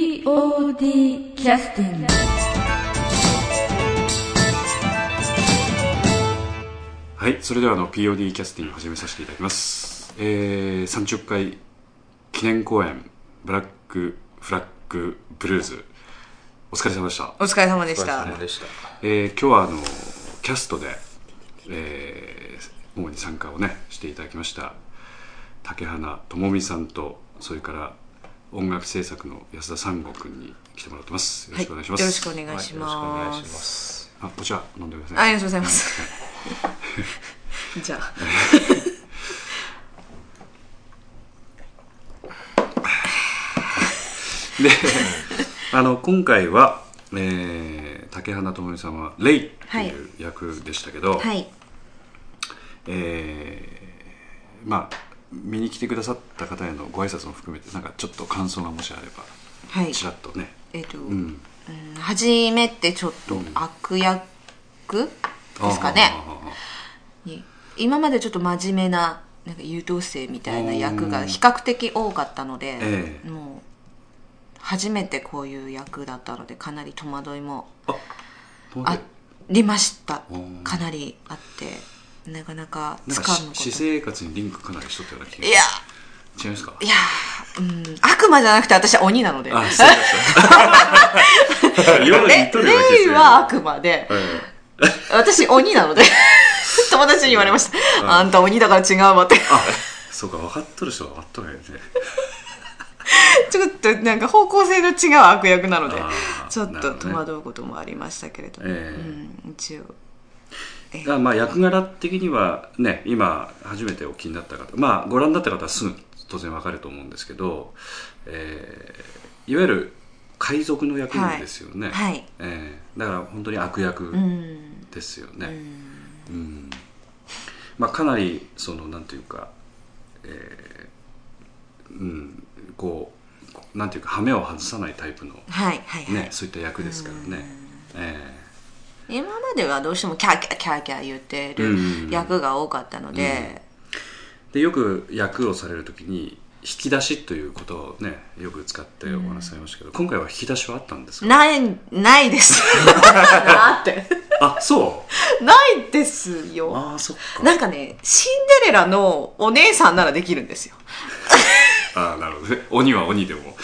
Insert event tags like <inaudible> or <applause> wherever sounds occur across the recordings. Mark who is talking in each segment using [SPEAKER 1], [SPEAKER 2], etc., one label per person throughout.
[SPEAKER 1] POD キャスティング
[SPEAKER 2] はい、それではあの POD キャスティング始めさせていただきます。えー、30回記念公演、ブラックフラッグブルーズ、お疲れ様でした。
[SPEAKER 3] お疲れ様でし
[SPEAKER 4] お疲
[SPEAKER 3] た
[SPEAKER 4] れ様。でした。
[SPEAKER 2] えー、今日はあのキャストで、えー、主に参加をねしていただきました竹花智美さんとそれから音楽制作の安田三悟くんに来てもらってますよろしくお願いします、
[SPEAKER 3] よろしくお願いし
[SPEAKER 4] はいよろしくお願
[SPEAKER 3] ま。
[SPEAKER 4] いしますす。
[SPEAKER 2] あお茶飲んでください
[SPEAKER 3] あ、ありがとうござ
[SPEAKER 2] <laughs>
[SPEAKER 3] います。じゃあ。
[SPEAKER 2] であの今回は、えー、竹花智美さんはレイっていう役でしたけど、
[SPEAKER 3] い。
[SPEAKER 2] えーまあ見に来てくださった方へのご挨拶も含めてなんかちょっと感想がもしあれば
[SPEAKER 3] はい。
[SPEAKER 2] ちらっとね
[SPEAKER 3] えっ、と、う、
[SPEAKER 2] うんん
[SPEAKER 3] 初めってちょっと悪役ですか
[SPEAKER 2] あー
[SPEAKER 3] ね。
[SPEAKER 2] あーあーあー
[SPEAKER 3] に今までちょっと真面目な、なんか優等生みたいな役が比較的多かったので、
[SPEAKER 2] ええ
[SPEAKER 3] もう、初めてこういう役だったので、かなり戸惑いも
[SPEAKER 2] とはい
[SPEAKER 3] あ
[SPEAKER 2] え
[SPEAKER 3] りました
[SPEAKER 2] おー。
[SPEAKER 3] かなりあって、なかなか
[SPEAKER 2] なん
[SPEAKER 3] 掴
[SPEAKER 2] か
[SPEAKER 3] むこ
[SPEAKER 2] し私
[SPEAKER 3] と
[SPEAKER 2] 生活にリンクかなりしとったような気が
[SPEAKER 3] いや
[SPEAKER 2] 違いますか
[SPEAKER 3] いやー、うん、悪魔じゃなくて私は鬼なので。
[SPEAKER 2] あ失礼しま
[SPEAKER 3] <laughs>
[SPEAKER 2] した今まで言
[SPEAKER 3] レ
[SPEAKER 2] っとるような気がす
[SPEAKER 3] イ
[SPEAKER 2] る
[SPEAKER 3] は悪魔で、
[SPEAKER 2] え
[SPEAKER 3] 私鬼なので。 <laughs> 友達に言われました。あんた鬼だから違うわって。
[SPEAKER 2] えあそうか分かっとる人は分かっとるよね
[SPEAKER 3] ちょっとなんか方向性の違う悪役なので
[SPEAKER 2] あ、ー
[SPEAKER 3] ちょっ
[SPEAKER 2] なるほど
[SPEAKER 3] と戸
[SPEAKER 2] ね
[SPEAKER 3] 惑うこともありましたけれども。
[SPEAKER 2] ええ
[SPEAKER 3] うん、一応。
[SPEAKER 2] がまあ役柄的にはね今初めてお気になった方まあご覧になった方はすぐ当然わかると思うんですけど、えーいわゆる海賊の役なんですよね、
[SPEAKER 3] はい。
[SPEAKER 2] えーだから本当に悪役
[SPEAKER 3] うん。
[SPEAKER 2] ですよ
[SPEAKER 3] う
[SPEAKER 2] ね、
[SPEAKER 3] ん
[SPEAKER 2] うんまあ、かなりそのなんていうか、えーうん、こうこうなんていうか羽目を外さないタイプの、ね
[SPEAKER 3] はい、はい、はい。
[SPEAKER 2] そういった役ですからね。え
[SPEAKER 3] 今まではどうしてもキャーキャーキャーキャー言って
[SPEAKER 2] うん
[SPEAKER 3] る役が多かったので、
[SPEAKER 2] ーでよく役をされる時に引き出しということをねよく使ってお話しされましたけど、今回は引き出しはあったんですか
[SPEAKER 3] ない、ない
[SPEAKER 2] <laughs>
[SPEAKER 3] です。だって。
[SPEAKER 2] あそう
[SPEAKER 3] ないですよ。
[SPEAKER 2] ああそっか
[SPEAKER 3] なんかね、シンデレラのお姉さんならできるんですよ。
[SPEAKER 2] ああなるほどね鬼は鬼でも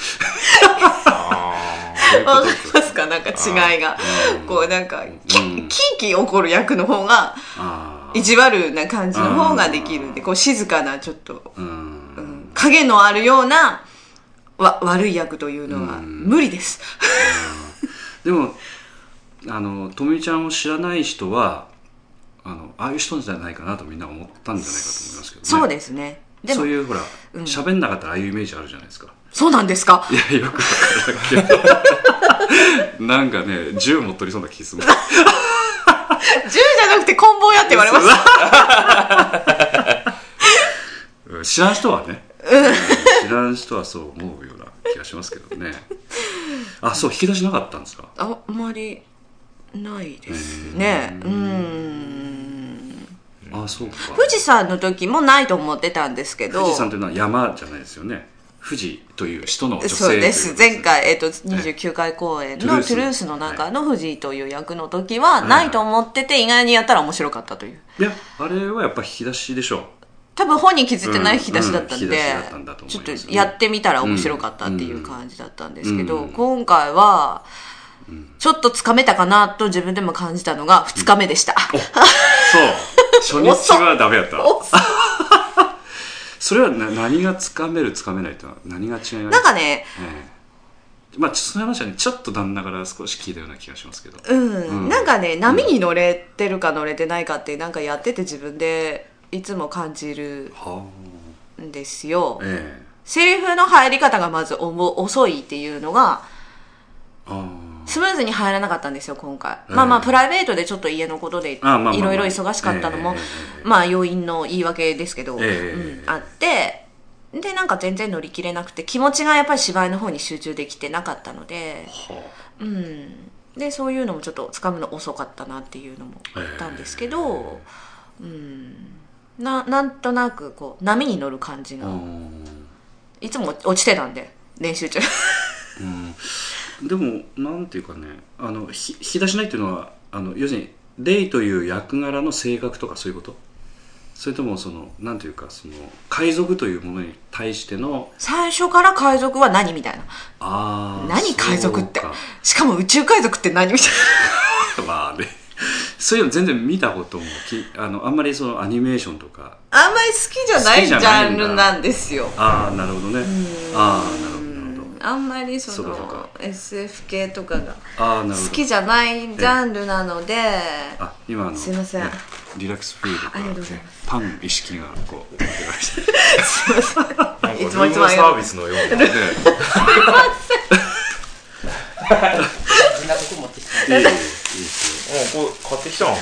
[SPEAKER 4] あ
[SPEAKER 2] そういうこ
[SPEAKER 3] わ
[SPEAKER 2] と
[SPEAKER 3] かり
[SPEAKER 2] です
[SPEAKER 3] ますかなんか違いが
[SPEAKER 2] う。ん
[SPEAKER 3] こうなんか、キ
[SPEAKER 2] うん
[SPEAKER 3] ーキー怒る役の方が、
[SPEAKER 2] ああ
[SPEAKER 3] 意地悪な感じの方ができるんで、
[SPEAKER 2] あー
[SPEAKER 3] こう静かな、ちょっと、
[SPEAKER 2] う
[SPEAKER 3] うんん影のあるような、わ、悪い役というのは
[SPEAKER 2] うん
[SPEAKER 3] 無理です。
[SPEAKER 2] でもあのとみちゃんを知らない人はあのああいう人じゃないかなとみんな思ったんじゃないかと思いますけど、ね、
[SPEAKER 3] そうですね。で
[SPEAKER 2] そ
[SPEAKER 3] も
[SPEAKER 2] う、いうほら
[SPEAKER 3] うん
[SPEAKER 2] 喋、ん、なかったらああいうイメージあるじゃないですか
[SPEAKER 3] そうなんですか
[SPEAKER 2] いやよくわからんけど <laughs> なんかね銃も取りそうな気する
[SPEAKER 3] 銃じゃなくて棍棒やって言われました。
[SPEAKER 2] うん知らん人はね、うん知らん人はそう思うような気がしますけどねあそう引き出しなかったんですか
[SPEAKER 3] あんまりないですね
[SPEAKER 2] う
[SPEAKER 3] うんん
[SPEAKER 2] あそうか
[SPEAKER 3] 富士山の時もないと思ってたんですけど
[SPEAKER 2] 富士山というのは山じゃないですよね富士という人の女性
[SPEAKER 3] そうで
[SPEAKER 2] とい
[SPEAKER 3] す
[SPEAKER 2] こと
[SPEAKER 3] 前回、えっと29回公演の
[SPEAKER 2] トゥルース
[SPEAKER 3] トゥルースの中の富士という役の時はないと思ってて意外にやったら面白かったという
[SPEAKER 2] いやあれはやっぱ引き出しでしょ
[SPEAKER 3] 多分本人気づいてない引き出しだったんで、
[SPEAKER 2] うんうん引き出しだったんだと思い
[SPEAKER 3] ちょ
[SPEAKER 2] ま
[SPEAKER 3] っ
[SPEAKER 2] す
[SPEAKER 3] とやってみたら面白かったっていううん感じだったんですけど、
[SPEAKER 2] うん
[SPEAKER 3] 今回はちょっとつかめたかなと自分でも感じたのが2日目でした、
[SPEAKER 2] そう初日はダメやった
[SPEAKER 3] おっ
[SPEAKER 2] <laughs> それはな何がつかめるつかめないとは何が違います
[SPEAKER 3] なんかね
[SPEAKER 2] ええまあちょっとその話はねちょっと旦那から少し聞いたような気がしますけど
[SPEAKER 3] うん、
[SPEAKER 2] うん
[SPEAKER 3] なんかね波に乗れてるか乗れてないかってなんかやってて自分でいつも感じる
[SPEAKER 2] は
[SPEAKER 3] んですよ
[SPEAKER 2] あええ
[SPEAKER 3] セリフの入り方がまずおも遅いっていうのが
[SPEAKER 2] あ
[SPEAKER 3] スムーズに入らなかったんですよ今回、
[SPEAKER 2] ええ
[SPEAKER 3] まあまあプライベートでちょっと家のことでい
[SPEAKER 2] あまあまあまあ
[SPEAKER 3] ろいろ忙しかったのも
[SPEAKER 2] ええええええ
[SPEAKER 3] まあ要因の言い訳ですけど、
[SPEAKER 2] ええええ
[SPEAKER 3] うん、あってでなんか全然乗り切れなくて気持ちがやっぱり芝居の方に集中できてなかったので
[SPEAKER 2] あはあ
[SPEAKER 3] うん、でそういうのもちょっとつかむの遅かったなっていうのもあったんですけど、うん、ななんとなくこう波に乗る感じ
[SPEAKER 2] う
[SPEAKER 3] が
[SPEAKER 2] ん
[SPEAKER 3] いつも落ちてたんで練習中
[SPEAKER 2] うんでもなんていうかねあのひ引き出しないっていうのはあの要するにレイという役柄の性格とかそういうことそれともそのなんていうかその海賊というものに対しての
[SPEAKER 3] 最初から海賊は何みたいな
[SPEAKER 2] あー
[SPEAKER 3] 何海賊って
[SPEAKER 2] そうか
[SPEAKER 3] しかも宇宙海賊って何みたい
[SPEAKER 2] <laughs> まあねそういうの全然見たこともきあのあんまりそのアニメーションとか
[SPEAKER 3] なあんまり好きじゃな
[SPEAKER 2] 好
[SPEAKER 3] い
[SPEAKER 2] き
[SPEAKER 3] ジ
[SPEAKER 2] じゃない
[SPEAKER 3] ャ
[SPEAKER 2] ん
[SPEAKER 3] ン
[SPEAKER 2] だ
[SPEAKER 3] ルなんですよ
[SPEAKER 2] ああなるほどねああなるほどなるほど
[SPEAKER 3] あんまりそ
[SPEAKER 2] そうかそう
[SPEAKER 3] の SF 系とかが
[SPEAKER 2] ああなるほど
[SPEAKER 3] 好きじゃないジャンルなので
[SPEAKER 2] あ今あの
[SPEAKER 3] すいません
[SPEAKER 2] ねリラックスフード
[SPEAKER 3] ありが
[SPEAKER 2] が
[SPEAKER 3] とうございま
[SPEAKER 2] パン意識がこう出てました
[SPEAKER 1] なんか
[SPEAKER 3] いつもいつも
[SPEAKER 1] ルームサービスのような
[SPEAKER 4] みんな僕持ってきて。
[SPEAKER 2] いいいいです
[SPEAKER 1] うんこう買ってきたん
[SPEAKER 4] あ、好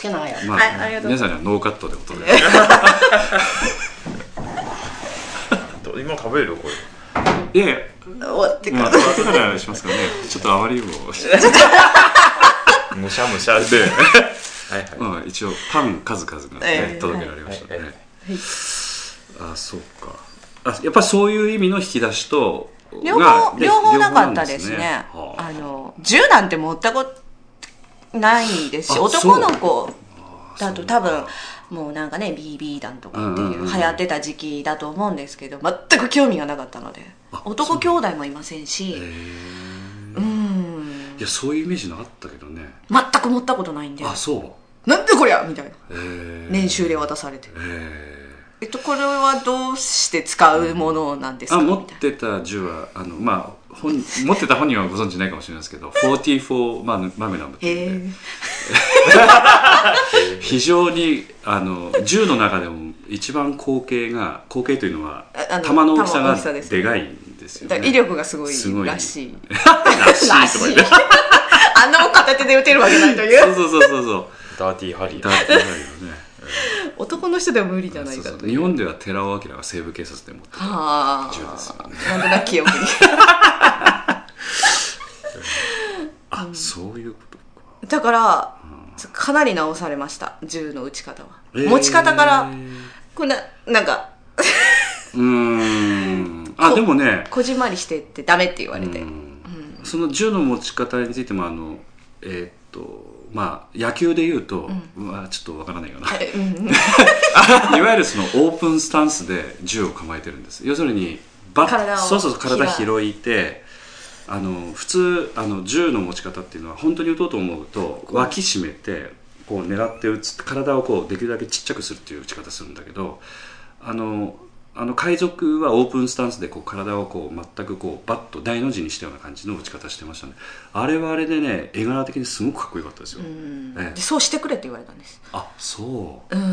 [SPEAKER 4] きなんや。
[SPEAKER 3] <laughs>
[SPEAKER 2] よま
[SPEAKER 3] はいあり
[SPEAKER 2] あ
[SPEAKER 3] がとう
[SPEAKER 2] 皆さんにはノーカットでお届け
[SPEAKER 1] ど今食べるこれ
[SPEAKER 2] いやいや
[SPEAKER 3] <laughs> 終わってか
[SPEAKER 2] まあ
[SPEAKER 3] ら
[SPEAKER 2] 後からしますからねちょっとあまりにも
[SPEAKER 1] むしゃむしゃではいはい
[SPEAKER 2] まあ一応パン数々が
[SPEAKER 3] え
[SPEAKER 2] ね
[SPEAKER 3] え
[SPEAKER 2] 届けられました
[SPEAKER 1] は
[SPEAKER 2] ね
[SPEAKER 1] い
[SPEAKER 2] あそうかあやっぱりそういう意味の引き出しと
[SPEAKER 3] 両
[SPEAKER 2] が
[SPEAKER 3] 方
[SPEAKER 2] で
[SPEAKER 3] 両方なか
[SPEAKER 2] ん
[SPEAKER 3] ったですねあ
[SPEAKER 2] は
[SPEAKER 3] の銃なんて持ったことないですし
[SPEAKER 2] あ
[SPEAKER 3] 男の子
[SPEAKER 2] あ
[SPEAKER 3] だと多分もうなんかね BB 弾とかって
[SPEAKER 2] うんうん
[SPEAKER 3] いう
[SPEAKER 2] うんうん
[SPEAKER 3] 流行ってた時期だと思うんですけど全く興味がなかったので
[SPEAKER 2] あ
[SPEAKER 3] 男兄弟もいませんし
[SPEAKER 2] へえ
[SPEAKER 3] うん
[SPEAKER 2] いやそういうイメージのあったけどね
[SPEAKER 3] 全く持ったことないんで
[SPEAKER 2] あそ
[SPEAKER 3] なんでこりゃみたいな
[SPEAKER 2] うへえ
[SPEAKER 3] 年収で渡されて
[SPEAKER 2] へえ
[SPEAKER 3] えっとこれはどうして使うものなんです
[SPEAKER 2] あ
[SPEAKER 3] かみ
[SPEAKER 2] 持った
[SPEAKER 3] い
[SPEAKER 2] て
[SPEAKER 3] な
[SPEAKER 2] た銃はあの、まあ、本持ってた本人はご存知ないかもしれないですけ
[SPEAKER 3] <laughs>
[SPEAKER 2] ど44マグマグナムって
[SPEAKER 3] へ
[SPEAKER 2] いうね
[SPEAKER 3] え
[SPEAKER 2] 非常にあの銃の中でも一番口径が口径というのは
[SPEAKER 3] ああの
[SPEAKER 2] 弾の大きさ
[SPEAKER 3] 弾の大き
[SPEAKER 2] が
[SPEAKER 3] さです
[SPEAKER 2] でかいんですよ、
[SPEAKER 3] だ
[SPEAKER 2] ね
[SPEAKER 3] から威力がすご
[SPEAKER 2] すご
[SPEAKER 3] い
[SPEAKER 2] い
[SPEAKER 3] <laughs> らしい
[SPEAKER 2] らしいと
[SPEAKER 3] ら
[SPEAKER 2] か
[SPEAKER 3] し
[SPEAKER 2] 言
[SPEAKER 3] い
[SPEAKER 2] って
[SPEAKER 3] あんなもん片手で打てるわけないという
[SPEAKER 2] そうそうそうそうそ
[SPEAKER 1] ダーティーハリ
[SPEAKER 2] う
[SPEAKER 1] ー
[SPEAKER 2] だってないよね
[SPEAKER 3] 男の人では無理 <laughs> じゃない
[SPEAKER 2] そう
[SPEAKER 3] か
[SPEAKER 2] そう
[SPEAKER 3] と
[SPEAKER 2] 日
[SPEAKER 3] いう
[SPEAKER 2] 本では寺尾明が西部警察で持ってた
[SPEAKER 3] は
[SPEAKER 2] 銃ですよね
[SPEAKER 3] あなんとなく記憶に
[SPEAKER 2] あ、そういうことか
[SPEAKER 3] だから
[SPEAKER 2] うん
[SPEAKER 3] かなり直されました銃の打ち方は、
[SPEAKER 2] えー
[SPEAKER 3] 持ち方からこんななんか
[SPEAKER 2] うーんあ
[SPEAKER 3] こ
[SPEAKER 2] でもね
[SPEAKER 3] こじんまりしてってダメって言われて、
[SPEAKER 2] うんその銃の持ち方についてもあのえーっとまあ野球で言うと、まあちょっとわからないかな
[SPEAKER 3] えうん
[SPEAKER 2] いわゆるそのオープンスタンスで銃を構えてるんです要するにバッ
[SPEAKER 3] 体を
[SPEAKER 2] そうそうそう体
[SPEAKER 3] 開
[SPEAKER 2] 広いてあの普通あの銃の持ち方っていうのは本当に打とうと思うと脇締めてこう狙って打つ体をこうできるだけちっちゃくするっていう打ち方するんだけどあのあの海賊はオープンスタンスでこう体をこう全くこうバッと大の字にしたような感じの打ち方してましたねあれはあれでね絵柄的にすごくかっこよかったですよ、
[SPEAKER 3] うん
[SPEAKER 2] ええ
[SPEAKER 3] でそうしてくれって言われたんです
[SPEAKER 2] あそう、
[SPEAKER 3] うん
[SPEAKER 2] え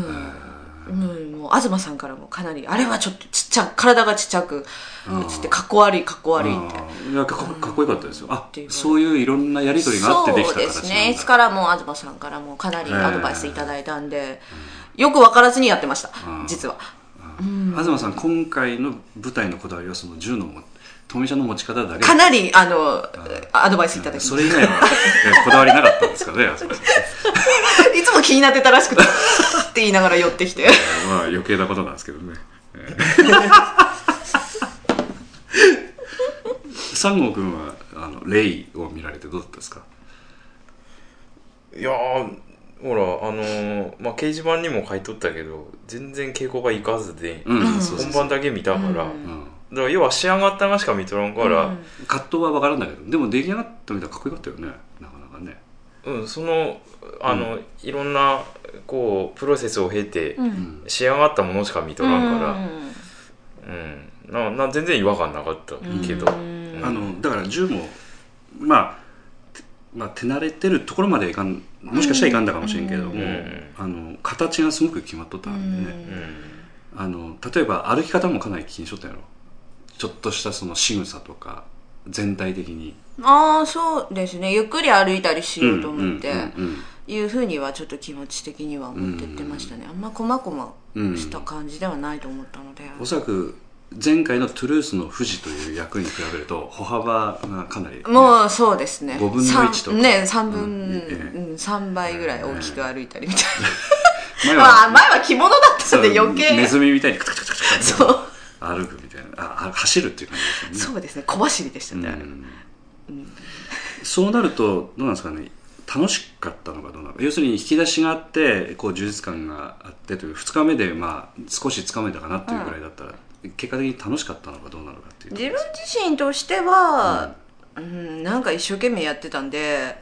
[SPEAKER 2] ー
[SPEAKER 3] うん、もう東さんからもかなりあれはちょっとちっちゃ体がちっちゃく
[SPEAKER 2] あー
[SPEAKER 3] つってかっこ悪いかっこ悪いみたいな
[SPEAKER 2] あーいやかっこかっこよかったですよ、あ
[SPEAKER 3] っていう
[SPEAKER 2] そういういろんなやり取りがあってできた
[SPEAKER 3] そ
[SPEAKER 2] 形
[SPEAKER 3] うで
[SPEAKER 2] なんだ
[SPEAKER 3] すねいつからもう東さんからもかなり
[SPEAKER 2] ええ
[SPEAKER 3] アドバイスいただいたんで、よく分からずにやってました
[SPEAKER 2] ん
[SPEAKER 3] 実は
[SPEAKER 2] うん東さん今回の舞台のこだわりはその銃のも富ちゃんの持ち方だけ
[SPEAKER 3] かなりあのアドバイスいただき <laughs> ました
[SPEAKER 2] それ以外はえこだわりなかったんです
[SPEAKER 3] <laughs>
[SPEAKER 2] からね東さん
[SPEAKER 3] いつも気になってたらしくて、 <laughs> って言いながら寄ってきて。
[SPEAKER 2] まあ余計なことなんですけど
[SPEAKER 3] <laughs>
[SPEAKER 2] ねえー三郷君はあのレイを見られてどうだったですか
[SPEAKER 1] いやーほらあのーまあ掲示板にも書いとったけど全然稽古がいかずで、
[SPEAKER 2] うん、
[SPEAKER 3] うん
[SPEAKER 2] そうそう
[SPEAKER 1] 本
[SPEAKER 2] そう
[SPEAKER 1] 番だけ見たから、
[SPEAKER 3] うん
[SPEAKER 1] だか
[SPEAKER 2] うん
[SPEAKER 1] ら要は仕上がったがしか見とらんから、
[SPEAKER 2] 葛藤は分からんだけどでも出来上がったみたいかっこよかったよねなかなかね
[SPEAKER 1] うん、そのあの、いろんなこうプロセスを経て
[SPEAKER 3] うん
[SPEAKER 2] うん
[SPEAKER 1] 仕上がったものしか見とらんから、
[SPEAKER 3] うん
[SPEAKER 1] うんなな全然違和感なかったけど、
[SPEAKER 3] うん
[SPEAKER 2] あのだから銃も、まあてまあ、手慣れてるところまでいかんもしかしたらいかんだかもしれんけども、
[SPEAKER 3] うん
[SPEAKER 2] あの形がすごく決まっとったんでね、あの例えば歩き方もかなり気にしとったやろちょっとしたその仕草とか全体的に
[SPEAKER 3] ああ、そうですね。ゆっくり歩いたりしようと思って
[SPEAKER 2] う、ん
[SPEAKER 3] いうふうにはちょっと気持ち的には持ってってましたね。あんま細々
[SPEAKER 2] うんうんうん
[SPEAKER 3] した感じではないと思ったので。
[SPEAKER 2] おそらく前回のトゥルースの富士という役に比べると歩幅がかなり、
[SPEAKER 3] もうそうですね。
[SPEAKER 2] 五分の一とか
[SPEAKER 3] 三ね、3分、
[SPEAKER 2] ええ
[SPEAKER 3] うん、3倍ぐらい大きく歩いたりみたいな。
[SPEAKER 2] 前
[SPEAKER 3] まあ、前は着物だった
[SPEAKER 2] そ
[SPEAKER 3] の
[SPEAKER 2] う
[SPEAKER 3] で余計
[SPEAKER 2] ネ。ズミみたいにカタカタカタカタ
[SPEAKER 3] そう。
[SPEAKER 2] あ歩くみたいなああ走るっていう感じですよね
[SPEAKER 3] そうですね小走りでしたね、
[SPEAKER 2] うん
[SPEAKER 3] うん
[SPEAKER 2] そうなるとどうなんですかね楽しかったのかどうなのか要するに引き出しがあってこう充実感があってという2日目でまあ少しつかめたかなっていうぐらいだったら、結果的に楽しかったのかどうなのかっていうとこ
[SPEAKER 3] 自
[SPEAKER 2] ろ
[SPEAKER 3] 分
[SPEAKER 2] です
[SPEAKER 3] 自身としては、うん、なんか一生懸命やってたんで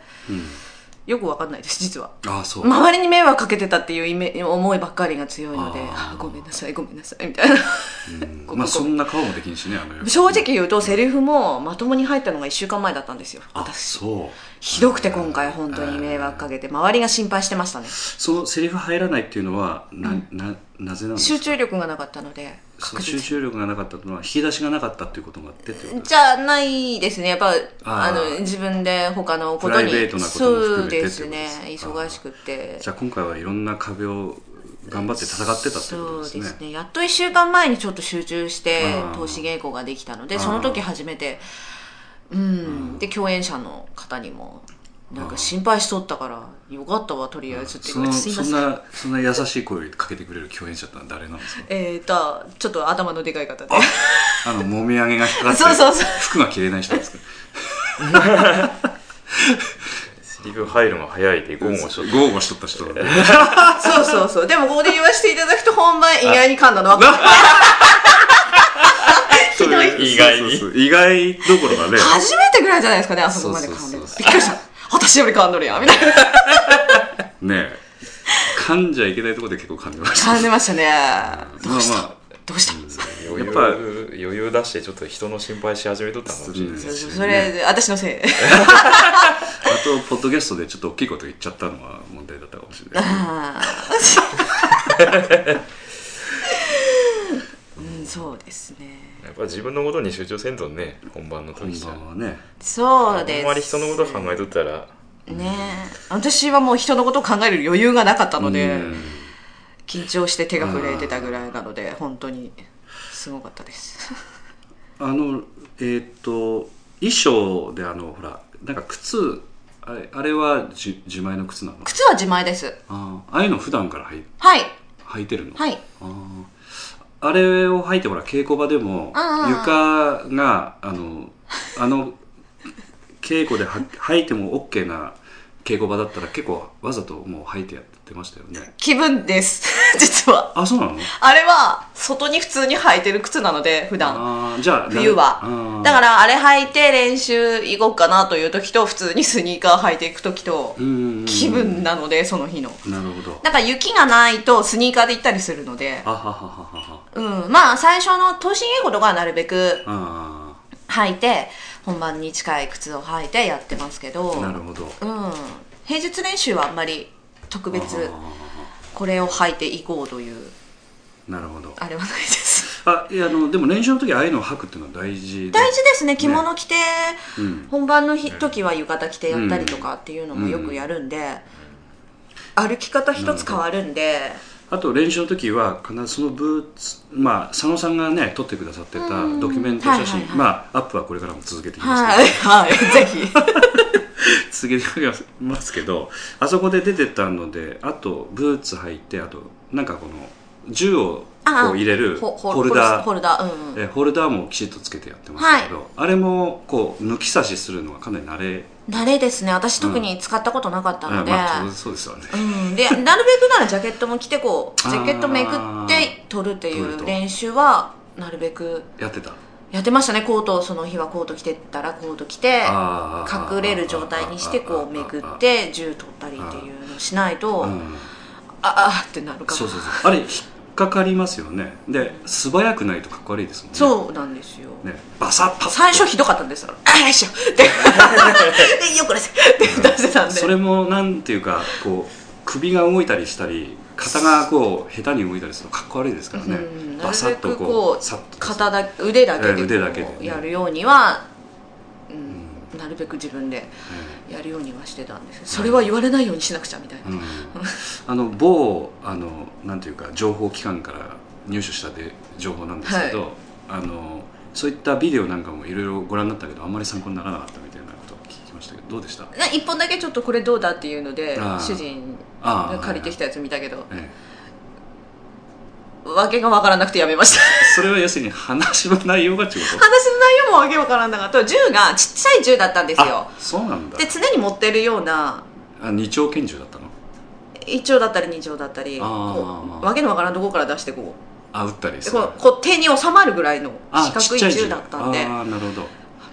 [SPEAKER 3] よくわかんないです実は
[SPEAKER 2] うん、ああそう、
[SPEAKER 3] 周りに迷惑かけてたっていうイメ思いばっかりが強いので
[SPEAKER 2] あー
[SPEAKER 3] あごめんなさいごめんなさいみ
[SPEAKER 2] <laughs>
[SPEAKER 3] たいな
[SPEAKER 2] うん
[SPEAKER 3] ここ
[SPEAKER 2] まあそんな顔もできんしねあの
[SPEAKER 3] 正直言うとセリフもまともに入ったのが1週間前だったんですよ
[SPEAKER 2] あ
[SPEAKER 3] 私
[SPEAKER 2] そう
[SPEAKER 3] ひどくて今回本当に迷惑かけて周りが心配してましたね
[SPEAKER 2] そのセリフ入らないっていうのはな,、ななぜなんです
[SPEAKER 3] 集
[SPEAKER 2] か
[SPEAKER 3] 中力がなかったので
[SPEAKER 2] そう
[SPEAKER 3] 確
[SPEAKER 2] 集
[SPEAKER 3] 実
[SPEAKER 2] 中力がなかったのは引き出しがなかったっていうこともあってってことです
[SPEAKER 3] じゃないですねやっぱあ
[SPEAKER 2] あー
[SPEAKER 3] の自分で他のことに
[SPEAKER 2] プライベートなことも含めてってこと
[SPEAKER 3] そうで
[SPEAKER 2] です
[SPEAKER 3] すね忙しくて
[SPEAKER 2] じゃあ今回はいろんな壁を頑張って戦ってたっていうことですね
[SPEAKER 3] そうですねやっと1週間前にちょっと集中して
[SPEAKER 2] あー
[SPEAKER 3] 投資稽古ができたの
[SPEAKER 2] あ
[SPEAKER 3] で
[SPEAKER 2] ー
[SPEAKER 3] その時初めてうん、で共演者の方にもなん
[SPEAKER 2] あー
[SPEAKER 3] か心配しとったからよかったわとりあえずって
[SPEAKER 2] そ
[SPEAKER 3] 言われ
[SPEAKER 2] の
[SPEAKER 3] てすい
[SPEAKER 2] そ
[SPEAKER 3] ま
[SPEAKER 2] ん
[SPEAKER 3] せん
[SPEAKER 2] なそんな優しい声をかけてくれる共演者ってのは誰なんですか
[SPEAKER 3] えーとちょっと頭のでかい方で
[SPEAKER 2] あのもみあげが引っかかって
[SPEAKER 3] そうそうそう
[SPEAKER 2] 服が着れない人ですか
[SPEAKER 1] セリフ入るのが早いでゴンをしょっ
[SPEAKER 2] 豪語しとった人だね
[SPEAKER 3] そうそうそうでもここで言わせていただくと本番意外に噛んだのは
[SPEAKER 2] そういう
[SPEAKER 1] 意外に
[SPEAKER 2] そうそうそう意外どころかね
[SPEAKER 3] 初めてぐらいじゃないですかねあそこまで噛んで
[SPEAKER 2] そうそうそう
[SPEAKER 3] びっくりした私より噛んどるやんみたいな
[SPEAKER 2] ねえ噛んじゃいけないところで結構噛んでました
[SPEAKER 3] 噛んでましたね
[SPEAKER 2] ま
[SPEAKER 3] ど
[SPEAKER 2] あ
[SPEAKER 3] うした、
[SPEAKER 2] まあ
[SPEAKER 3] どうした
[SPEAKER 1] て余
[SPEAKER 2] や
[SPEAKER 1] 裕
[SPEAKER 2] っぱ
[SPEAKER 1] 余裕出してちょっと人の心配し始めとったのかもしれない
[SPEAKER 2] うん
[SPEAKER 1] です
[SPEAKER 3] そうそう
[SPEAKER 2] ね
[SPEAKER 3] それ私のせい
[SPEAKER 2] あとポッドキャストでちょっと大きいこと言っちゃったのは問題だったかもしれない
[SPEAKER 3] あーうん、そうですね。
[SPEAKER 1] やっぱ自分のことに集中せんとね本番の
[SPEAKER 2] 本
[SPEAKER 1] 時じゃ
[SPEAKER 2] 番はね
[SPEAKER 3] そうです。
[SPEAKER 1] あんまり人のこと考えとったら
[SPEAKER 3] ねえ私はもう人のことを考える余裕がなかったので、
[SPEAKER 2] うん
[SPEAKER 3] 緊張して手が震えてたぐらいなので、本当にすごかったです。
[SPEAKER 2] あのえーっ、と衣装であのほらなんか靴あれあれはじ自前の靴なの
[SPEAKER 3] 靴は自前です。
[SPEAKER 2] あーああいうの普段からはい
[SPEAKER 3] はい。
[SPEAKER 2] 履いてるの、
[SPEAKER 3] はい。
[SPEAKER 2] あーあれを履いてほら稽古場でも
[SPEAKER 3] あー
[SPEAKER 2] 床があのあの稽古では履いても OK な稽古場だったら結構わざともう履いてやってましたよね
[SPEAKER 3] 気分です。 <laughs> 実は。
[SPEAKER 2] あそうなの
[SPEAKER 3] あれは、外に普通に履いてる靴なので、普段。
[SPEAKER 2] あーじゃあ
[SPEAKER 3] 冬は。だからら、あれ履いて練習行こうかなという時と、普通にスニーカー履いていく時と、気分なので、その日の。
[SPEAKER 2] なるほど
[SPEAKER 3] なんか雪がないとスニーカーで行ったりするので
[SPEAKER 2] あ、ははははは
[SPEAKER 3] うん、まあ最初の投資稽古とかはなるべく
[SPEAKER 2] あ
[SPEAKER 3] 履いて、本番に近い靴を履いてやってますけど、
[SPEAKER 2] あなるほど
[SPEAKER 3] うん、平日練習はあんまり特別
[SPEAKER 2] あ
[SPEAKER 3] これを履いていこうという、
[SPEAKER 2] ーなるほど
[SPEAKER 3] あれはないです。
[SPEAKER 2] あいやあのでも練習の時ああいうのを履くっていうのは大事だ
[SPEAKER 3] 大事ですね、着物着て、
[SPEAKER 2] うん
[SPEAKER 3] 本番の日時は浴衣着てやったりとかっていうのもよくやるんで、歩き方一つ変わるんで、
[SPEAKER 2] あと練習の時は必ずそのブーツまあ佐野さんがね撮ってくださってた
[SPEAKER 3] うん
[SPEAKER 2] ドキュメント写真、
[SPEAKER 3] はいはいはい
[SPEAKER 2] まあアップはこれからも続けていきますけど、
[SPEAKER 3] はい、はい、 <laughs> ぜひ。
[SPEAKER 2] 続けていきますけどあそこで出てたのであとブーツ履いてあとなんかこの銃をこう入れる
[SPEAKER 3] ホ
[SPEAKER 2] ホルダー
[SPEAKER 3] ホルダー、うんうん。
[SPEAKER 2] えホルダーもきちっとつけてやってましたけど、あれもこう抜き差しするのがかなり慣れ
[SPEAKER 3] 慣れですね私特に使ったことなかったので、
[SPEAKER 2] まあ当然そうですよね、
[SPEAKER 3] うん、でなるべくならジャケットも着てこう
[SPEAKER 2] あー
[SPEAKER 3] ジャケットめくって撮るって
[SPEAKER 2] 撮る
[SPEAKER 3] い
[SPEAKER 2] と
[SPEAKER 3] う練習はなるべく
[SPEAKER 2] やってた
[SPEAKER 3] やってましたねコートをその日はコート着てたらコート着て
[SPEAKER 2] あー
[SPEAKER 3] 隠れる状態にしてこうめくって銃取ったりっていうのをしないと、
[SPEAKER 2] うん
[SPEAKER 3] ああってなるから
[SPEAKER 2] そうそうそうあれ引っかかりますよねで素早くないとかっこ悪いですもんね
[SPEAKER 3] そうなんですよ、
[SPEAKER 2] ねバサッパッと
[SPEAKER 3] 最初ひどかったんですから「あよいしょ」って <laughs> でよくです」って出してたんで
[SPEAKER 2] それもなんていうかこう首が動いたりしたり肩がこう下手に動いたりするとかっこ悪いですからね、
[SPEAKER 3] うんな
[SPEAKER 2] バ
[SPEAKER 3] る
[SPEAKER 2] サ
[SPEAKER 3] べ
[SPEAKER 2] ッと
[SPEAKER 3] く
[SPEAKER 2] こ
[SPEAKER 3] こ
[SPEAKER 2] う
[SPEAKER 3] う
[SPEAKER 2] サッと
[SPEAKER 3] 肩だけ腕だけ
[SPEAKER 2] ええ腕だけ
[SPEAKER 3] で
[SPEAKER 2] で
[SPEAKER 3] こう
[SPEAKER 2] ね
[SPEAKER 3] やるようには、うん
[SPEAKER 2] う
[SPEAKER 3] なるべく自分で
[SPEAKER 2] え
[SPEAKER 3] やるようにはしてたんですそれは言われないようにしなくちゃみたいな、
[SPEAKER 2] えうんあの某あのなんていうか情報機関から入手したで情報なんですけど、
[SPEAKER 3] は
[SPEAKER 2] あのそういったビデオなんかもいろいろご覧になったけどあんまり参考にならなかったみたいなことを聞きましたけどどうでした
[SPEAKER 3] な一本だけちょっとこれどうだっていうので
[SPEAKER 2] ああ
[SPEAKER 3] 主人
[SPEAKER 2] あ
[SPEAKER 3] が借りてき
[SPEAKER 2] た、
[SPEAKER 3] たやつ見たけど、
[SPEAKER 2] はいはいええ
[SPEAKER 3] わけがわからなくてやめました
[SPEAKER 2] そ
[SPEAKER 3] <laughs>
[SPEAKER 2] れは要するに話の内容がってこと
[SPEAKER 3] 話の内容もわけわからんなかった銃がちっちゃい銃だったんですよ
[SPEAKER 2] あそうなんだ
[SPEAKER 3] で常に持ってるような
[SPEAKER 2] あ二丁拳銃だったの
[SPEAKER 3] 一丁だったり二丁だったり
[SPEAKER 2] あー
[SPEAKER 3] こうわけのわからんとこから出してこ
[SPEAKER 2] あ撃ったり
[SPEAKER 3] うですこ
[SPEAKER 2] る
[SPEAKER 3] うこう手に収まるぐらいの
[SPEAKER 2] あ
[SPEAKER 3] 四角い銃だったんであ
[SPEAKER 2] ああなるほど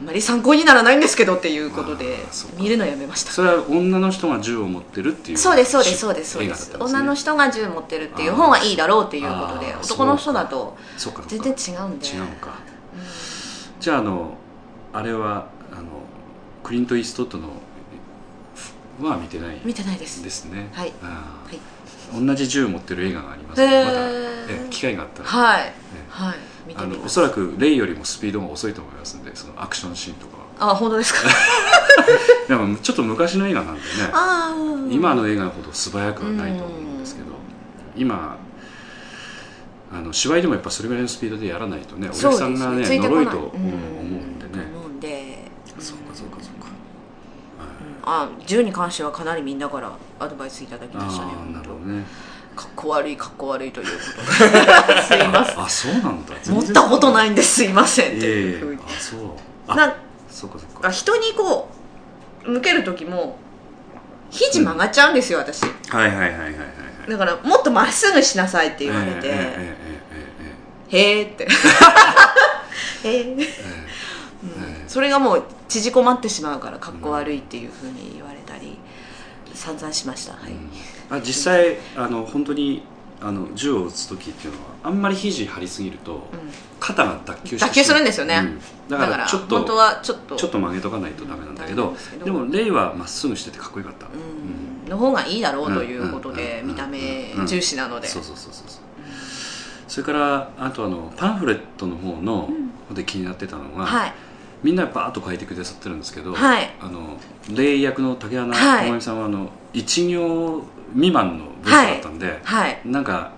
[SPEAKER 3] んまり参考にならないんですけどっていうことで
[SPEAKER 2] あーそうか
[SPEAKER 3] 見るのやめました
[SPEAKER 2] それは女の人が銃を持ってるっていう
[SPEAKER 3] そうですそうですそうですそう
[SPEAKER 2] 映
[SPEAKER 3] で
[SPEAKER 2] 画だっ
[SPEAKER 3] す
[SPEAKER 2] たんですね
[SPEAKER 3] 女の人が銃持ってるっていう本はいいだろうっていうことで
[SPEAKER 2] あー
[SPEAKER 3] 男の人だと
[SPEAKER 2] そうかそう
[SPEAKER 3] 全
[SPEAKER 2] か
[SPEAKER 3] 然違うんで
[SPEAKER 2] 違うのかじゃああのあれはあのクリント・イーストウッドのは見てない
[SPEAKER 3] 見てないです
[SPEAKER 2] ですね
[SPEAKER 3] はい
[SPEAKER 2] あ
[SPEAKER 3] はい
[SPEAKER 2] ー同じ銃持ってる映画があります
[SPEAKER 3] へ
[SPEAKER 2] またえ
[SPEAKER 3] ー
[SPEAKER 2] 機会があったら、
[SPEAKER 3] はい
[SPEAKER 2] え
[SPEAKER 3] はい見て
[SPEAKER 2] あ
[SPEAKER 3] み
[SPEAKER 2] のお
[SPEAKER 3] ます
[SPEAKER 2] そらくレイよりもスピードが遅いと思いますんでそのアクションシーンとかは
[SPEAKER 3] あ本当です
[SPEAKER 2] <laughs>
[SPEAKER 3] か
[SPEAKER 2] でもちょっと昔の映画なんでね
[SPEAKER 3] ああうん
[SPEAKER 2] 今の映画ほど素早くはないと思うんですけど今あの芝居でもやっぱそれぐらいのスピードでやらないとねお客さんがね
[SPEAKER 3] ついてこ
[SPEAKER 2] 呪
[SPEAKER 3] ない
[SPEAKER 2] と、うん
[SPEAKER 3] ん
[SPEAKER 2] 思うんでね、
[SPEAKER 3] 思うんで
[SPEAKER 2] そうかそうかそうか、
[SPEAKER 3] うんあ銃に関してはかなりみんなからアドバイスいただきましたね
[SPEAKER 2] ああなるほどね
[SPEAKER 3] かっこ悪いかっこ悪いということ
[SPEAKER 2] <laughs>
[SPEAKER 3] ですいません
[SPEAKER 2] あそうなんだ
[SPEAKER 3] 持ったことないいんですいませんって
[SPEAKER 2] え
[SPEAKER 3] い
[SPEAKER 2] え
[SPEAKER 3] うふうに
[SPEAKER 2] あそうあ
[SPEAKER 3] なん
[SPEAKER 2] そうかそう
[SPEAKER 3] か
[SPEAKER 2] か
[SPEAKER 3] 人にこう向ける時も肘曲がっちゃうんですよ、私
[SPEAKER 2] はいはいはいはいはいはい
[SPEAKER 3] だからもっとまっすぐしなさいって言われて、
[SPEAKER 2] えええ <laughs>
[SPEAKER 3] へーって
[SPEAKER 2] ええええええええ
[SPEAKER 3] へー、
[SPEAKER 2] え
[SPEAKER 3] それがもう縮こまってしまうからかっこ悪いっていうふうに言われたり散々しましたはい、
[SPEAKER 2] あ実際あの本当にあの銃を撃つ時っていうのはあんまり肘張りすぎると、肩が脱臼してしまう
[SPEAKER 3] 脱臼するんですよね
[SPEAKER 2] うんだからちょっと
[SPEAKER 3] 本当はちょっと
[SPEAKER 2] ちょっと曲げとかないとダメなんだけど,、
[SPEAKER 3] うんダメなん
[SPEAKER 2] で
[SPEAKER 3] ですけど
[SPEAKER 2] もレイはまっすぐしててかっこよかった、うん
[SPEAKER 3] うんの方がいいだろうということで
[SPEAKER 2] うん
[SPEAKER 3] 見た目重視なので
[SPEAKER 2] そうそうそうそうそうそれからあとあのパンフレットの方の、で気になってたのが、
[SPEAKER 3] はい
[SPEAKER 2] みんなバーッと書いてくださってるんですけど、
[SPEAKER 3] はい
[SPEAKER 2] あのレイ役の竹花
[SPEAKER 3] はい
[SPEAKER 2] 智美さんはあの一行未満の文章だったんで、
[SPEAKER 3] はい
[SPEAKER 2] なんか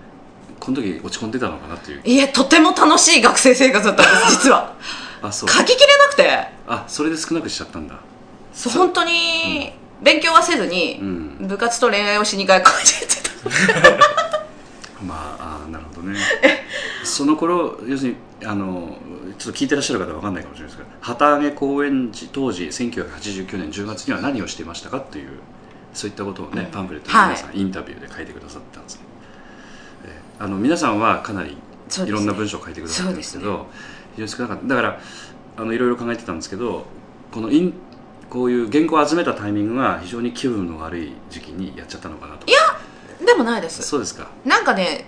[SPEAKER 2] この時落ち込んでたのかなっていう
[SPEAKER 3] いやとても楽しい学生生活だったんです実は
[SPEAKER 2] あそう
[SPEAKER 3] 書ききれなくて
[SPEAKER 2] あそれで少なくしちゃったんだ
[SPEAKER 3] そう本当に勉強はせずに、
[SPEAKER 2] うん
[SPEAKER 3] 部活と恋愛をしに外交に行ってた
[SPEAKER 2] まああーなるほど <laughs> ねその頃要するにあのちょっと聞いてらっしゃる方は分かんないかもしれないですけど旗揚げ公演時当時1989年10月には何をしていましたかっていうそういったことをね、パンフレットに皆さん、インタビューで書いてくださったんですね、えーあの皆さんはかなり
[SPEAKER 3] そう
[SPEAKER 2] い
[SPEAKER 3] で
[SPEAKER 2] ろ
[SPEAKER 3] すね
[SPEAKER 2] んな文章を書いてくださってるんですけ
[SPEAKER 3] そう
[SPEAKER 2] ど非常に少なかっただからあのいろいろ考えてたんですけどこのインこういう原稿を集めたタイミングが非常に気分の悪い時期にやっちゃったのかなといや
[SPEAKER 3] でもないです
[SPEAKER 2] そうですか、
[SPEAKER 3] なんかね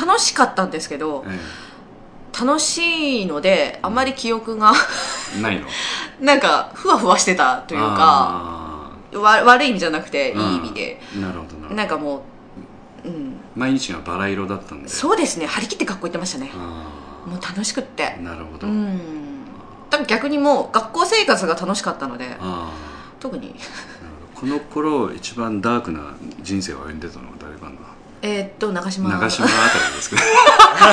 [SPEAKER 3] 楽しかったんですけど
[SPEAKER 2] え
[SPEAKER 3] 楽しいのであまり記憶が <laughs>
[SPEAKER 2] ーないの
[SPEAKER 3] なんかふわふわしてたというか
[SPEAKER 2] あ
[SPEAKER 3] わ悪い意味じゃなくてい
[SPEAKER 2] ー
[SPEAKER 3] い意味で、
[SPEAKER 2] うんなるほどなるほど
[SPEAKER 3] なんかもううん
[SPEAKER 2] 毎日がバラ色だったんで
[SPEAKER 3] そうですね張り切って学校行ってましたね
[SPEAKER 2] あ
[SPEAKER 3] もう楽しくって
[SPEAKER 2] ーなるほど、
[SPEAKER 3] うん多分逆にもう学校生活が楽しかったので
[SPEAKER 2] あ
[SPEAKER 3] 特
[SPEAKER 2] ーな
[SPEAKER 3] に
[SPEAKER 2] るほどこの頃一番ダークな人生を歩んでたのは誰かな
[SPEAKER 3] えーっと長島
[SPEAKER 2] 長島あたりですけど
[SPEAKER 3] <laughs>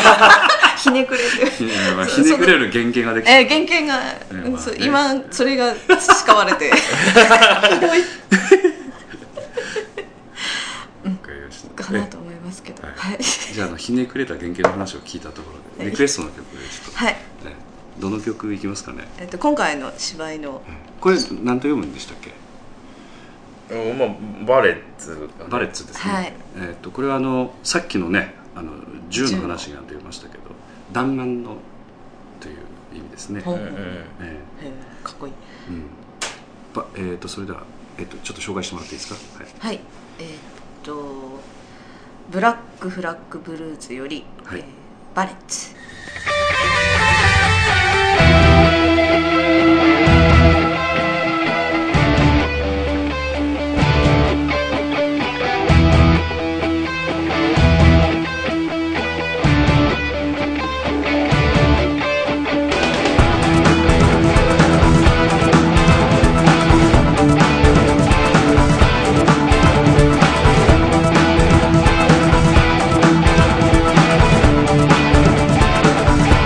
[SPEAKER 3] ひね
[SPEAKER 2] <laughs>
[SPEAKER 3] くれて
[SPEAKER 2] ひね <laughs> ひねくれる原型ができた
[SPEAKER 3] えー、原型が、
[SPEAKER 2] え
[SPEAKER 3] うん
[SPEAKER 2] まあ
[SPEAKER 3] そう
[SPEAKER 2] ね
[SPEAKER 3] 今それが培われて
[SPEAKER 2] わかりました
[SPEAKER 3] かなと思いますけど
[SPEAKER 2] はい
[SPEAKER 3] はい、
[SPEAKER 2] えじゃああのひねくれた原型の話を聞いたところでリクエストの曲でちょっ
[SPEAKER 3] はい
[SPEAKER 2] と、ね、どの曲いきますかね
[SPEAKER 3] えっと今回の芝居の
[SPEAKER 2] これ何と読むんでしたっけ
[SPEAKER 1] うんまあバレッツかな
[SPEAKER 2] バレッツですね、
[SPEAKER 3] はい
[SPEAKER 2] えー、とこれはあのさっきのねあの銃の話が出ましたけど弾丸のという意味ですね、
[SPEAKER 3] ほう
[SPEAKER 1] うんうん
[SPEAKER 2] え
[SPEAKER 3] えーかっこいい
[SPEAKER 2] ーうんばえー、とそれでは、えー、とちょっと紹介してもらっていいですか、はい
[SPEAKER 3] はいえーっと「ブラックフラッグブルーズ」より、
[SPEAKER 2] はい
[SPEAKER 3] えーバレッツ」
[SPEAKER 5] 「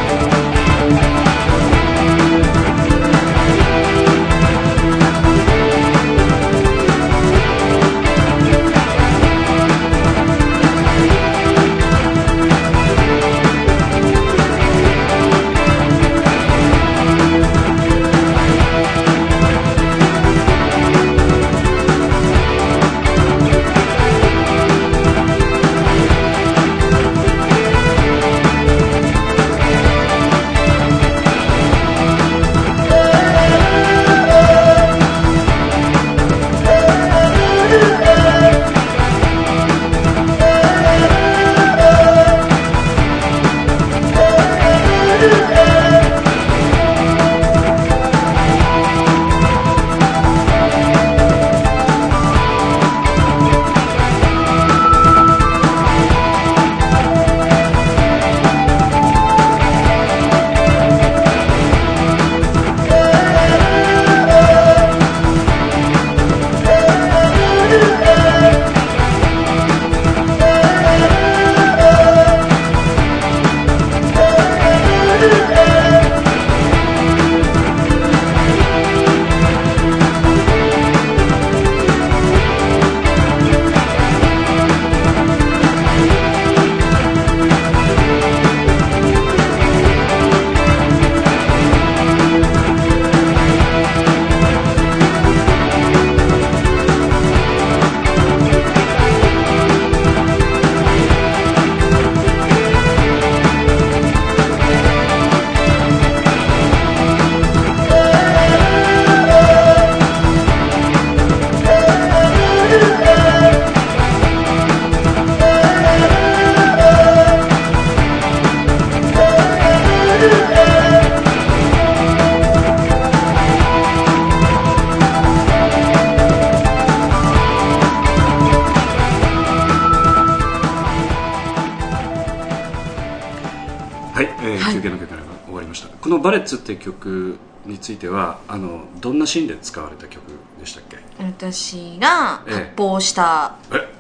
[SPEAKER 2] バレッツ」っていう曲についてはあのどんなシーンで使われた曲でしたっけ
[SPEAKER 3] 私が
[SPEAKER 2] ええ
[SPEAKER 3] 発砲した
[SPEAKER 2] え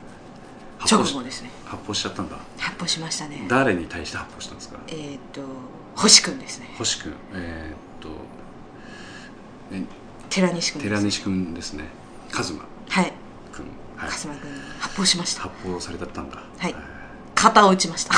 [SPEAKER 3] 直
[SPEAKER 2] し
[SPEAKER 3] 後ですね
[SPEAKER 2] 発砲しちゃったんだ
[SPEAKER 3] 発砲しましたね
[SPEAKER 2] 誰に対して発砲したんですか
[SPEAKER 3] えっ、と星くんですね
[SPEAKER 2] 星君えーっとえ
[SPEAKER 3] 寺西くんで
[SPEAKER 2] 寺
[SPEAKER 3] す
[SPEAKER 2] 西君ですね一馬
[SPEAKER 3] はい
[SPEAKER 2] 君はい
[SPEAKER 3] 勝間くんに発砲しました
[SPEAKER 2] 発砲されたったんだ
[SPEAKER 3] はい
[SPEAKER 2] えー
[SPEAKER 3] 肩を打ちました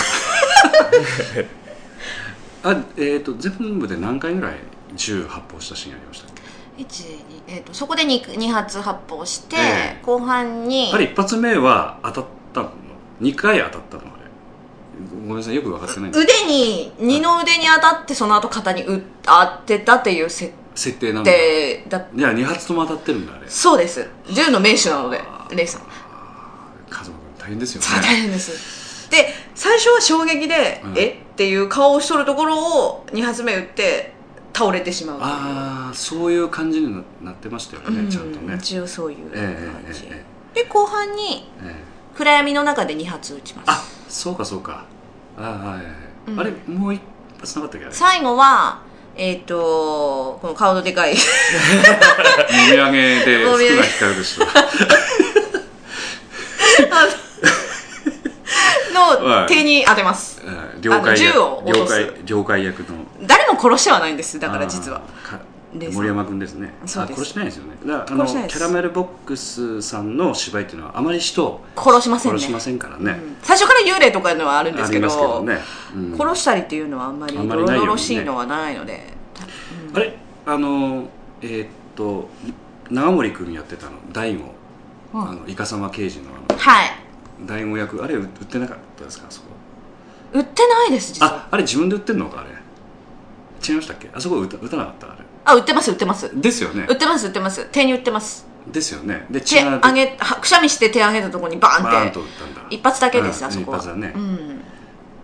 [SPEAKER 2] あえーっと全部で何回ぐらい銃発砲したシーンありましたっけ
[SPEAKER 3] 12えっとそこで 2, 二発発砲して、
[SPEAKER 2] ええ
[SPEAKER 3] 後半に
[SPEAKER 2] あれ一発目は当たったの2回当たったのあれごめんなさいよく分かってないんだ
[SPEAKER 3] 腕に二の腕に当たってその後肩に打っ当てたっていう設
[SPEAKER 2] 設定なんだい
[SPEAKER 3] 定だっ
[SPEAKER 2] や2発とも当たってるんだあれ
[SPEAKER 3] そうです銃の名手なのでレイさん
[SPEAKER 2] あーカズマ君大変ですよ
[SPEAKER 3] そう
[SPEAKER 2] ね
[SPEAKER 3] 大変ですで最初は衝撃で、
[SPEAKER 2] うん
[SPEAKER 3] えっていう顔をしとるところを2発目打って倒れてしまうという
[SPEAKER 2] ああそういう感じにななってましたよね、
[SPEAKER 3] うん
[SPEAKER 2] ちゃんとね
[SPEAKER 3] 一応そういう
[SPEAKER 2] ええ
[SPEAKER 3] 感
[SPEAKER 2] ええ
[SPEAKER 3] じ、
[SPEAKER 2] ええ
[SPEAKER 3] で後半に
[SPEAKER 2] ええ
[SPEAKER 3] 暗闇の中で2発撃ちます
[SPEAKER 2] あそうかそうかあーはいはいはい、
[SPEAKER 3] うん
[SPEAKER 2] あれもう一発なかったっけあれ
[SPEAKER 3] 最後はえっ、とこの顔ので
[SPEAKER 2] <laughs>
[SPEAKER 3] かい
[SPEAKER 2] もみあ
[SPEAKER 3] <laughs>
[SPEAKER 2] げで
[SPEAKER 3] もみあげ
[SPEAKER 2] 福が光るで
[SPEAKER 3] <laughs>
[SPEAKER 2] したは
[SPEAKER 3] の
[SPEAKER 2] い
[SPEAKER 3] 手に当てます
[SPEAKER 2] えー了解
[SPEAKER 3] あの銃を落
[SPEAKER 2] 了
[SPEAKER 3] とす
[SPEAKER 2] 解了解役の
[SPEAKER 3] 誰も殺してはないんですだから実は
[SPEAKER 2] あーか
[SPEAKER 3] レイさん
[SPEAKER 2] 森山君ですね
[SPEAKER 3] そうです
[SPEAKER 2] あ殺してないですよねだからあの
[SPEAKER 3] 殺してないで
[SPEAKER 2] キ
[SPEAKER 3] す
[SPEAKER 2] ャラメルボックスさんの芝居っていうのはあまり人を
[SPEAKER 3] 殺しません
[SPEAKER 2] 殺
[SPEAKER 3] ね
[SPEAKER 2] しませんからね
[SPEAKER 3] うん最初から幽霊とかいうのはあるんで
[SPEAKER 2] あ
[SPEAKER 3] す
[SPEAKER 2] り
[SPEAKER 3] けど
[SPEAKER 2] ますけどね、うん
[SPEAKER 3] 殺したりっていうのはあんまり
[SPEAKER 2] あ
[SPEAKER 3] ド
[SPEAKER 2] んまり
[SPEAKER 3] ロ
[SPEAKER 2] ないようにね
[SPEAKER 3] ドロしいのはないのでうん
[SPEAKER 2] あれあのえーっと長森君やってたの大悟、
[SPEAKER 3] うん
[SPEAKER 2] あのイカサマ刑事のあ
[SPEAKER 3] はい
[SPEAKER 2] の大悟役あれ売ってなかったですかあそこ
[SPEAKER 3] 売ってないです実は
[SPEAKER 2] ああれ自分で売ってんのかあれ違いましたっけあそこ売た売たなかったあれ
[SPEAKER 3] あ売ってます売ってます
[SPEAKER 2] ですよね
[SPEAKER 3] 売ってます売ってます手に売ってます
[SPEAKER 2] ですよねで
[SPEAKER 3] 手
[SPEAKER 2] 血が
[SPEAKER 3] 上げはくしゃみして手上げたところにバーンって
[SPEAKER 2] バーンと打ったんだ
[SPEAKER 3] 一発だけです
[SPEAKER 2] うん
[SPEAKER 3] あそこは
[SPEAKER 2] 一発だね
[SPEAKER 3] うん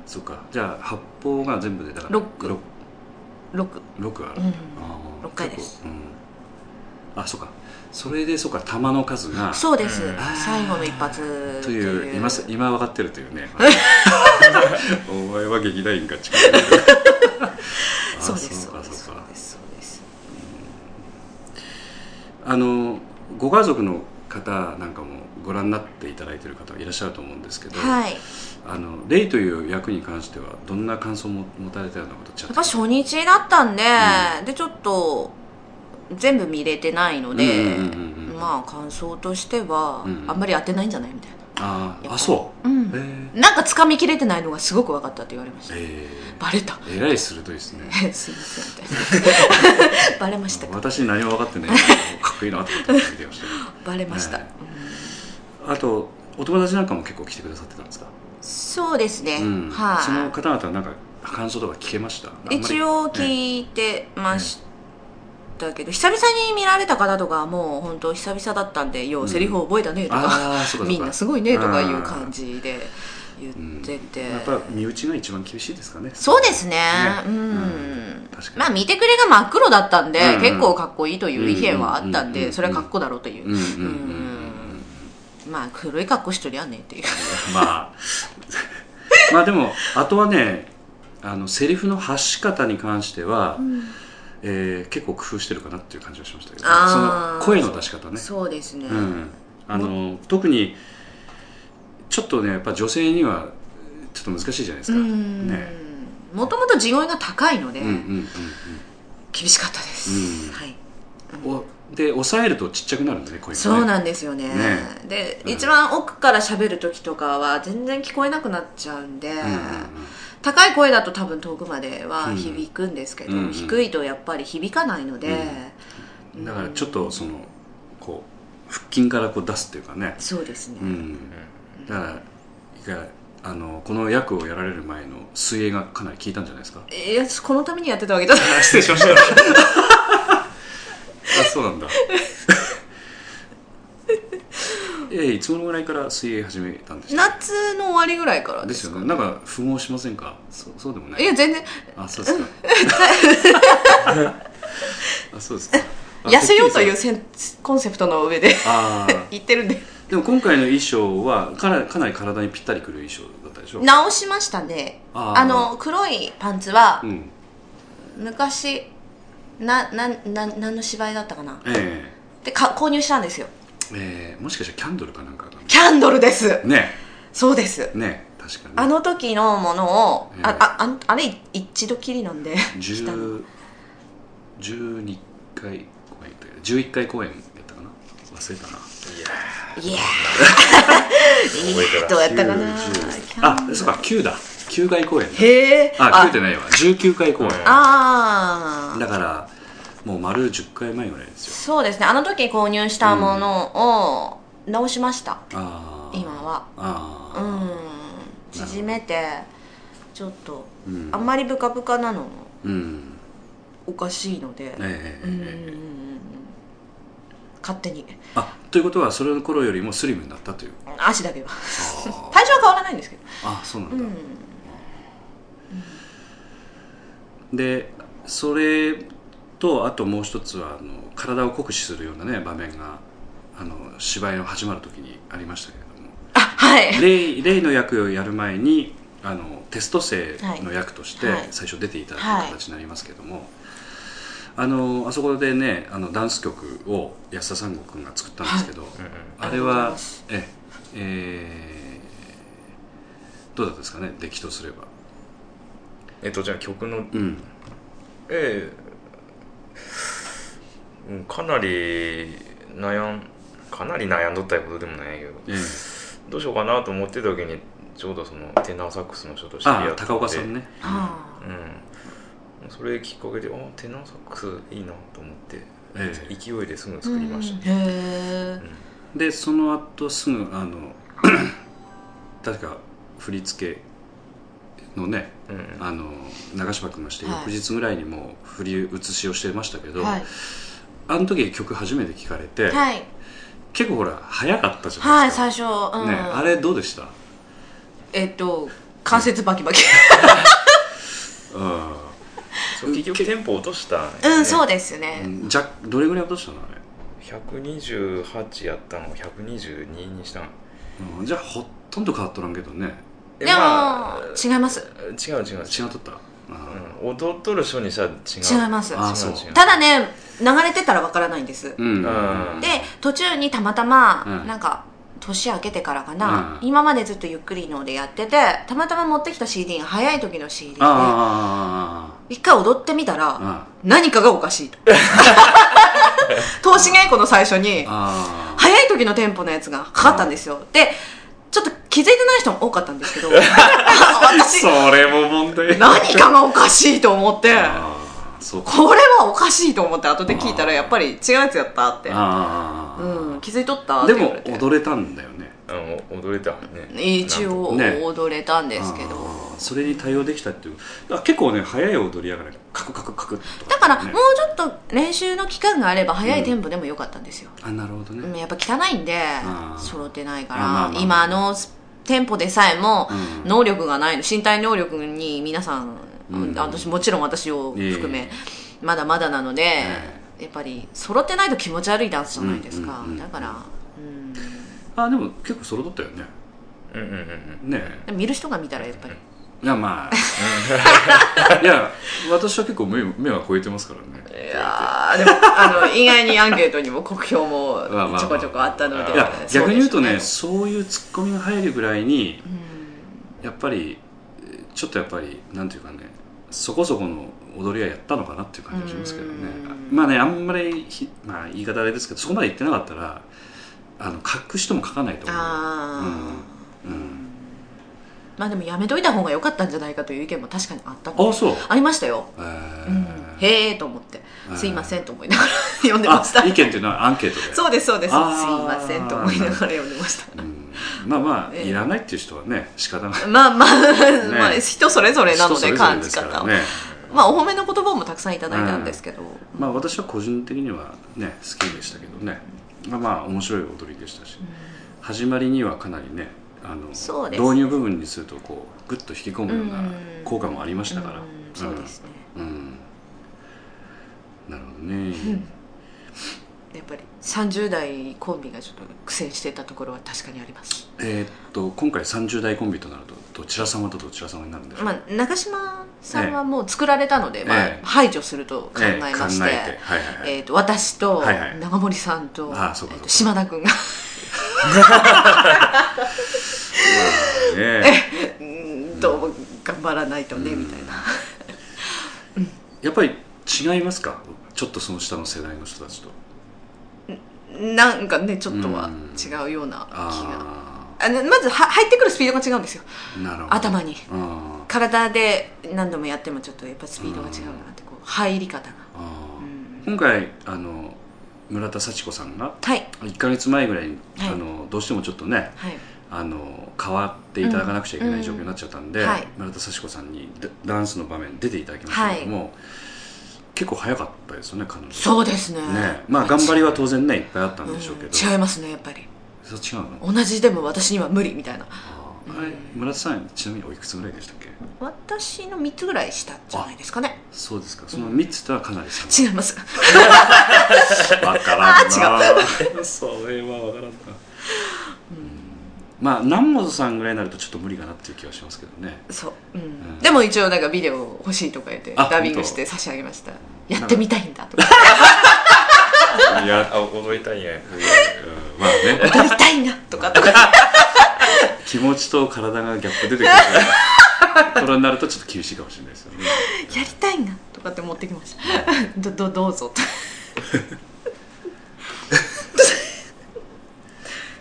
[SPEAKER 2] そっかじゃあ発砲が全部でだから
[SPEAKER 3] ロック
[SPEAKER 2] ロ
[SPEAKER 3] 6
[SPEAKER 2] ロックある、
[SPEAKER 3] うん
[SPEAKER 2] あー
[SPEAKER 3] 六回です
[SPEAKER 2] 結構うんあそっかそれでそっか弾の数が
[SPEAKER 3] そうです
[SPEAKER 1] うん
[SPEAKER 3] 最後の一発
[SPEAKER 2] という今さ今分かってるという
[SPEAKER 3] <laughs>
[SPEAKER 2] ねお前は劇団員が近い
[SPEAKER 3] <laughs>
[SPEAKER 2] あ
[SPEAKER 3] そうです
[SPEAKER 2] そう
[SPEAKER 3] そう
[SPEAKER 2] か
[SPEAKER 3] で
[SPEAKER 2] そう
[SPEAKER 3] すそう
[SPEAKER 2] か
[SPEAKER 3] ですそうです
[SPEAKER 2] あのご家族の方なんかもご覧になっていただいている方いらっしゃると思うんですけど、
[SPEAKER 3] はい
[SPEAKER 2] あのレイという役に関してはどんな感想をも持たれたようなことちゃ
[SPEAKER 3] やっぱ初日だったんで、でちょっと全部見れてないの
[SPEAKER 2] うんうん
[SPEAKER 3] で、
[SPEAKER 2] うんうん
[SPEAKER 3] まあ感想としては、
[SPEAKER 2] うん
[SPEAKER 3] あんまり当てないんじゃないみたい
[SPEAKER 2] あー
[SPEAKER 3] やっぱ
[SPEAKER 2] あそう
[SPEAKER 3] な、うん
[SPEAKER 2] えー
[SPEAKER 3] なんか掴みきれてないのがすごく分かったって言われました、
[SPEAKER 2] え
[SPEAKER 3] バレた <laughs>
[SPEAKER 2] ー、えらい鋭いですね
[SPEAKER 3] すいませんみたいなバレましたか
[SPEAKER 2] 私何も分か
[SPEAKER 3] <laughs>
[SPEAKER 2] ってないけどかっこいいなと思って見てました
[SPEAKER 3] バレました、
[SPEAKER 2] ね
[SPEAKER 3] うん
[SPEAKER 2] あとお友達なんかも結構来てくださってたんですか、
[SPEAKER 3] そうですね、
[SPEAKER 2] うんその
[SPEAKER 3] はい、
[SPEAKER 2] 方々はなんか感想とか聞けましたあんまり
[SPEAKER 3] 一応聞いてましたけど、久々に見られた方とかはもう本当久々だったんで「よ
[SPEAKER 2] う
[SPEAKER 3] うんセリフ覚えたね」とか、
[SPEAKER 2] ああそうかそうか
[SPEAKER 3] みんなすごいねとかいう感じで言ってて、
[SPEAKER 2] やっぱ身内が一番厳しいですかね
[SPEAKER 3] そうですね
[SPEAKER 2] ね
[SPEAKER 3] うん、
[SPEAKER 2] うん確かに
[SPEAKER 3] まあ見てくれが真っ黒だったんで、
[SPEAKER 2] うんうん
[SPEAKER 3] 結構かっこいいという意見はあったん
[SPEAKER 2] うんうんうん
[SPEAKER 3] で、
[SPEAKER 2] うん
[SPEAKER 3] それはかっこだろうという、
[SPEAKER 2] うんうんうんうんうん
[SPEAKER 3] まあ黒い格好しとりゃねっていう
[SPEAKER 2] まあ <laughs> まあでもあとはねあのセリフの発し方に関しては、えー結構工夫してるかなっていう感じがしましたけど、そ
[SPEAKER 3] あ
[SPEAKER 2] の
[SPEAKER 3] ー
[SPEAKER 2] 声の出し方ね
[SPEAKER 3] そうですね、
[SPEAKER 2] うん、あの特にちょっとねやっぱ女性にはちょっと難しいじゃないですか、
[SPEAKER 3] うん
[SPEAKER 2] ね
[SPEAKER 3] もともと地声が高いので、
[SPEAKER 2] うんうんうん
[SPEAKER 3] 厳しかったです、
[SPEAKER 2] うん
[SPEAKER 3] はい
[SPEAKER 2] うんおで抑えるとちっちゃくなるんだね声がね
[SPEAKER 3] そうなんですよね
[SPEAKER 2] ね
[SPEAKER 3] で、
[SPEAKER 2] うん
[SPEAKER 3] 一番奥から喋る時とかは全然聞こえなくなっちゃうんで、
[SPEAKER 2] うんうんうん
[SPEAKER 3] 高い声だと多分遠くまでは響くんですけど、
[SPEAKER 2] うんうん
[SPEAKER 3] 低いとやっぱり響かないので、
[SPEAKER 2] だからちょっとそのこう腹筋からこう出すっていうかね、
[SPEAKER 3] そうですね、
[SPEAKER 2] うん、だからいやあのこの役をやられる前の水泳がかなり効いたんじゃないですか
[SPEAKER 3] いやこのためにやってたわけじゃない
[SPEAKER 2] 失礼しましたあそうなんだ <laughs> えいつ頃ぐらいから水泳始めたんでした
[SPEAKER 3] <laughs> 夏の終わりぐらいから
[SPEAKER 2] で
[SPEAKER 3] ですす
[SPEAKER 2] よねなんか不毛しませんかそそうでもない
[SPEAKER 3] いや全然
[SPEAKER 2] あそう <laughs> ですかあそうですかあ
[SPEAKER 3] 痩せようという
[SPEAKER 2] てっきりさ
[SPEAKER 3] せんコンセプトの上で <laughs>
[SPEAKER 2] ああ
[SPEAKER 3] 言ってるんで
[SPEAKER 2] でも今回の衣装はかなかなり体にぴったりくる衣装だったでしょ
[SPEAKER 3] 直しましたね
[SPEAKER 2] あ
[SPEAKER 3] あ
[SPEAKER 2] ー
[SPEAKER 3] の黒いパンツは
[SPEAKER 2] うん
[SPEAKER 3] 昔ななな何の芝居だったかな
[SPEAKER 2] え
[SPEAKER 3] でか購入したんですよ
[SPEAKER 2] えええもしかしたらキャンドルかなんかかな
[SPEAKER 3] キャンドルです
[SPEAKER 2] ね
[SPEAKER 3] そうです
[SPEAKER 2] えねえ確かに
[SPEAKER 3] あの時のものを、
[SPEAKER 2] ええ
[SPEAKER 3] あああんあれ一度きりなんで来たの
[SPEAKER 2] 10 12回公演だったけど11回公演やったかな忘れたない
[SPEAKER 1] や
[SPEAKER 3] いや
[SPEAKER 1] ー
[SPEAKER 3] ーい
[SPEAKER 1] 覚えて
[SPEAKER 3] やー
[SPEAKER 1] ない
[SPEAKER 3] どうやったかなキャンド
[SPEAKER 2] あ
[SPEAKER 3] ル
[SPEAKER 2] そうか9だ9回公演だ
[SPEAKER 3] へえ
[SPEAKER 2] あ9ってないわ19回公演
[SPEAKER 1] うん
[SPEAKER 3] あ
[SPEAKER 2] だ
[SPEAKER 3] あ
[SPEAKER 2] からもう丸10回前ぐらいですよ
[SPEAKER 3] そうですねあの時購入したものを直しました、
[SPEAKER 2] ああ
[SPEAKER 3] 今は
[SPEAKER 2] あ
[SPEAKER 3] う
[SPEAKER 2] あ
[SPEAKER 3] ん縮めてちょっと
[SPEAKER 2] うん
[SPEAKER 3] あんまりブカブカなのも
[SPEAKER 2] うん
[SPEAKER 3] おかしいので、
[SPEAKER 2] ええ
[SPEAKER 3] うんうんう
[SPEAKER 2] え
[SPEAKER 3] ん
[SPEAKER 2] え
[SPEAKER 3] う
[SPEAKER 2] ええ
[SPEAKER 3] ん勝手に
[SPEAKER 2] あということはそれの頃よりもスリムになったという
[SPEAKER 3] 足だけは
[SPEAKER 2] あ
[SPEAKER 3] 体重は変わらないんですけど
[SPEAKER 2] あそうなん
[SPEAKER 3] う
[SPEAKER 2] だ、
[SPEAKER 3] ん
[SPEAKER 2] でそれとあともう一つはあの体を酷使するようなね場面があの芝居の始まる時にありましたけれども
[SPEAKER 3] あはい
[SPEAKER 2] レイレイの役をやる前にあのテスト生の役として
[SPEAKER 3] はいはい
[SPEAKER 2] 最初出ていただく
[SPEAKER 3] はい
[SPEAKER 2] 形になりますけども、あのあそこでねあのダンス曲を安田三悟君が作ったんですけど、
[SPEAKER 1] うんうん
[SPEAKER 2] あれ
[SPEAKER 3] ありがとうござい
[SPEAKER 2] は
[SPEAKER 3] ます
[SPEAKER 2] ええーどうだったですかね出来とすれば、
[SPEAKER 1] えっとじゃあ曲の
[SPEAKER 2] うん、
[SPEAKER 1] ええうんかなり悩んかなり悩んどったことでもないけど
[SPEAKER 2] ええ
[SPEAKER 1] どうしようかなと思ってた時にちょうどそのテナーサックスの人と知り合っ
[SPEAKER 2] あ
[SPEAKER 1] て
[SPEAKER 2] あ高岡さんね、
[SPEAKER 3] あー
[SPEAKER 1] うんそれきっかけであテナーサックスいいなと思って、
[SPEAKER 2] ええ
[SPEAKER 1] 勢いですぐ作りました、
[SPEAKER 3] うんへ
[SPEAKER 1] うん
[SPEAKER 2] でその後すぐあの <coughs> 確か振り付けのね
[SPEAKER 1] うん
[SPEAKER 2] あの長嶋君がして
[SPEAKER 3] は
[SPEAKER 2] 翌
[SPEAKER 3] い
[SPEAKER 2] 日ぐらいにもう振り写しをしてましたけ
[SPEAKER 3] え
[SPEAKER 2] ど、
[SPEAKER 3] はい
[SPEAKER 2] あの時曲初めて聞かれて、
[SPEAKER 3] はい、
[SPEAKER 2] 結構ほら早かったじゃな
[SPEAKER 3] はいい、
[SPEAKER 2] ですか、
[SPEAKER 3] 最初、うん
[SPEAKER 2] ね、あれどうでした
[SPEAKER 3] えっと関節バキバキ
[SPEAKER 2] うん
[SPEAKER 1] そう結局テンポ落としたんやね、
[SPEAKER 3] うんそうですね、
[SPEAKER 2] うんじゃどれぐらい落としたのあれ、
[SPEAKER 1] 128やったのを122にしたん
[SPEAKER 2] うんじゃあほとんど変わっとらんけどね
[SPEAKER 1] え
[SPEAKER 3] でも、
[SPEAKER 1] まあ
[SPEAKER 3] 違います
[SPEAKER 1] 違う違う
[SPEAKER 2] 違っとった、
[SPEAKER 1] うん、踊っとる人にしたら違う
[SPEAKER 3] 違います
[SPEAKER 2] あそう
[SPEAKER 1] 違う
[SPEAKER 3] ただね流れてたらわからないんです、
[SPEAKER 2] うんうん
[SPEAKER 1] うん
[SPEAKER 3] で途中にたまたま、
[SPEAKER 2] うん
[SPEAKER 3] なんか年明けてからかな、
[SPEAKER 2] うん
[SPEAKER 3] 今までずっとゆっくりのでやっててたまたま持ってきた CD が早い時の CD で
[SPEAKER 2] あ
[SPEAKER 3] 一回踊ってみた
[SPEAKER 2] あ
[SPEAKER 3] ら
[SPEAKER 2] あ
[SPEAKER 3] 何かがおかし
[SPEAKER 2] <laughs>
[SPEAKER 3] いと投資稽古の最初に
[SPEAKER 2] あ
[SPEAKER 3] <laughs> 早い時のテンポのやつがかかったんですよでちょっと気づいてない人も多かったんですけ
[SPEAKER 2] <laughs>
[SPEAKER 3] ど <laughs>
[SPEAKER 2] あ
[SPEAKER 3] 私
[SPEAKER 2] それも問題
[SPEAKER 3] 何かがおかしいと思って
[SPEAKER 2] ああそうか
[SPEAKER 3] これはおかしいと思って後で聞いたらやっぱり違うやつやったって、
[SPEAKER 2] ああ、
[SPEAKER 3] うん、気づいとったって
[SPEAKER 2] で
[SPEAKER 3] 言
[SPEAKER 2] も
[SPEAKER 3] われて
[SPEAKER 2] 踊れたんだよね
[SPEAKER 1] うん踊れたね
[SPEAKER 3] 一応
[SPEAKER 2] ね
[SPEAKER 3] 踊れたんですけど、
[SPEAKER 2] あーそれに対応できたっていうあ結構ね早い踊りやからカクカクカクっと
[SPEAKER 3] だからも
[SPEAKER 2] ね
[SPEAKER 3] うちょっと練習の期間があれば早いテンポでもよかったんですよ、
[SPEAKER 2] あなるほど
[SPEAKER 3] う
[SPEAKER 2] ね、
[SPEAKER 3] ん、やっぱ汚いんで
[SPEAKER 2] あー
[SPEAKER 3] 揃ってない
[SPEAKER 2] あまあ
[SPEAKER 3] か
[SPEAKER 2] ま
[SPEAKER 3] ら
[SPEAKER 2] あ
[SPEAKER 3] 今あのテンポでさえも
[SPEAKER 2] うん
[SPEAKER 3] 能力がないの身体能力に皆さ
[SPEAKER 2] う
[SPEAKER 3] ん、
[SPEAKER 2] ん
[SPEAKER 3] 私もちろん私を含め、
[SPEAKER 2] え
[SPEAKER 3] まだまだなので、
[SPEAKER 2] え
[SPEAKER 3] やっぱり揃ってないと気持ち悪いダンスじゃないです
[SPEAKER 2] う
[SPEAKER 3] か、
[SPEAKER 2] んうんうん
[SPEAKER 3] だから、うん、
[SPEAKER 2] あでも結構それだったよね
[SPEAKER 1] うんうんうんうん
[SPEAKER 2] ね
[SPEAKER 3] でも見る人が見たらやっぱり
[SPEAKER 2] いやまあ <laughs> いや私は結構目目は超えてますからね
[SPEAKER 3] いやーでもあの意外にアンケートにも酷評も
[SPEAKER 2] まあまあまあ
[SPEAKER 3] ちょこちょこあったので
[SPEAKER 1] い
[SPEAKER 2] いや
[SPEAKER 3] そう
[SPEAKER 2] 逆に言うとね
[SPEAKER 3] でし
[SPEAKER 2] そういうツッコミが入るぐらいに
[SPEAKER 3] ょうね
[SPEAKER 2] やっぱりえーちょっとやっぱりなんていうかねそこそこの踊りはやったのかなっていう感じがしますけどね
[SPEAKER 3] うん
[SPEAKER 2] まあねあんまりひ、まあ、言い方あれですけどそこまで言ってなかったらあの書く人も書かないと
[SPEAKER 3] うん
[SPEAKER 2] 思う
[SPEAKER 3] あ
[SPEAKER 2] う
[SPEAKER 3] ー
[SPEAKER 2] ん
[SPEAKER 3] まあでもやめといた方が良かったんじゃないかという意見も確かにあった
[SPEAKER 2] あそう
[SPEAKER 3] ありましたよ、
[SPEAKER 2] えー
[SPEAKER 3] うんへえと思って
[SPEAKER 2] えー
[SPEAKER 3] すいませんと思いながら読んでま
[SPEAKER 2] あ
[SPEAKER 3] した
[SPEAKER 2] 意見っていうのはアンケートで
[SPEAKER 3] そうですそうですすい
[SPEAKER 2] あー
[SPEAKER 3] ませんと思いながら読んでまし
[SPEAKER 2] うんまあまあ
[SPEAKER 3] ええ
[SPEAKER 2] いらないっていう人はね仕方ない
[SPEAKER 3] たまあまあ、まあ
[SPEAKER 2] ね
[SPEAKER 3] 人それぞれなの
[SPEAKER 2] 人そ
[SPEAKER 3] で
[SPEAKER 2] れぞれ
[SPEAKER 3] 感
[SPEAKER 2] で
[SPEAKER 3] じ
[SPEAKER 2] すか
[SPEAKER 3] 方
[SPEAKER 2] ら
[SPEAKER 3] は、
[SPEAKER 2] ね
[SPEAKER 3] まあお褒めの言葉もたくさんいただいたんですけど、
[SPEAKER 2] まあ私は個人的にはね好きでしたけどねまあまあ面白い踊りでしたし始まりにはかなりねあの
[SPEAKER 3] そうです
[SPEAKER 2] 導入部分にするとこうグッと引き込むような
[SPEAKER 3] うん
[SPEAKER 2] 効果もありましたから、
[SPEAKER 3] うん
[SPEAKER 2] ん
[SPEAKER 3] そうですね、 <laughs>
[SPEAKER 2] うんなるほどね、
[SPEAKER 3] やっぱぱり30代コンビがちょっと苦戦してたところは確かにあります
[SPEAKER 2] えーっと今回30代コンビとなるとどちら様とどちら様になるんでしょう、
[SPEAKER 3] まあ、中島さんはもう作られたので、
[SPEAKER 2] え
[SPEAKER 3] まあ
[SPEAKER 2] ええ、
[SPEAKER 3] 排除すると考え
[SPEAKER 2] ええ
[SPEAKER 3] まして,、
[SPEAKER 2] 考
[SPEAKER 3] え
[SPEAKER 2] えてはいはいはい、
[SPEAKER 3] ー、と私と
[SPEAKER 2] はいはい
[SPEAKER 3] 長森さんと,、
[SPEAKER 2] ああそうかそうか
[SPEAKER 3] えーと島田君が
[SPEAKER 2] ねえ
[SPEAKER 3] うーんと頑張らないとね、みたいな
[SPEAKER 2] <laughs> やっぱり違いますかちょっとその下の世代の人たちと
[SPEAKER 3] なんかねちょっとは違うような気が
[SPEAKER 2] あ
[SPEAKER 3] あのまずは入ってくるスピードが違うんですよ
[SPEAKER 2] あなるほど
[SPEAKER 3] 頭に
[SPEAKER 2] あー
[SPEAKER 3] 体で何度もやってもちょっとやっぱスピードが違うなってこう入り方が、
[SPEAKER 2] あ
[SPEAKER 3] う
[SPEAKER 2] ー
[SPEAKER 3] ん
[SPEAKER 2] 今回あの村田幸子さんが
[SPEAKER 3] はい
[SPEAKER 2] 1か月前ぐらいに、
[SPEAKER 3] はい
[SPEAKER 2] あのどうしてもちょっとね
[SPEAKER 3] はい
[SPEAKER 2] あの変わっていただかなくちゃいけない状況になっちゃったんで、
[SPEAKER 3] うんうんはい
[SPEAKER 2] 村田幸子さんにダダンスの場面出ていただきましたけども、結構早かったですよね彼女
[SPEAKER 3] そうですね
[SPEAKER 2] ねまあ頑張りは当然ねいっぱいあった
[SPEAKER 3] うん
[SPEAKER 2] でしょうけど、
[SPEAKER 3] ん違いますねやっぱり
[SPEAKER 2] それ違うの
[SPEAKER 3] 同じでも私には無理みたいな
[SPEAKER 2] あ
[SPEAKER 3] うん
[SPEAKER 2] ーあれ村田さんちなみにおいくつぐらいでしたっけ
[SPEAKER 3] 私の3つぐらい下じゃないですかね
[SPEAKER 2] そうですかその3つとはかなり差
[SPEAKER 3] 違います <laughs>
[SPEAKER 2] が分からんな <laughs> それは分からんな、まあ南本さんぐらいになるとちょっと無理かなっていう気はしますけど <laughs> ね
[SPEAKER 3] そう、うん
[SPEAKER 2] ん
[SPEAKER 3] でも一応なんかビデオ欲しいとか言って
[SPEAKER 2] あ
[SPEAKER 3] ダビン
[SPEAKER 2] 本
[SPEAKER 3] グ
[SPEAKER 2] 当
[SPEAKER 3] して差し上げましたやってみたいんだとか
[SPEAKER 1] いやあ踊りたいんや
[SPEAKER 2] うんまあね
[SPEAKER 3] 踊りたいんだと
[SPEAKER 2] <laughs>
[SPEAKER 3] かとか
[SPEAKER 2] 気持ちと体がギャップ出てくるからこれになるとちょっと厳しいかもしれないですよね
[SPEAKER 3] やりたいんだとかって持ってきました <laughs> どどどうぞ
[SPEAKER 2] <laughs>
[SPEAKER 3] と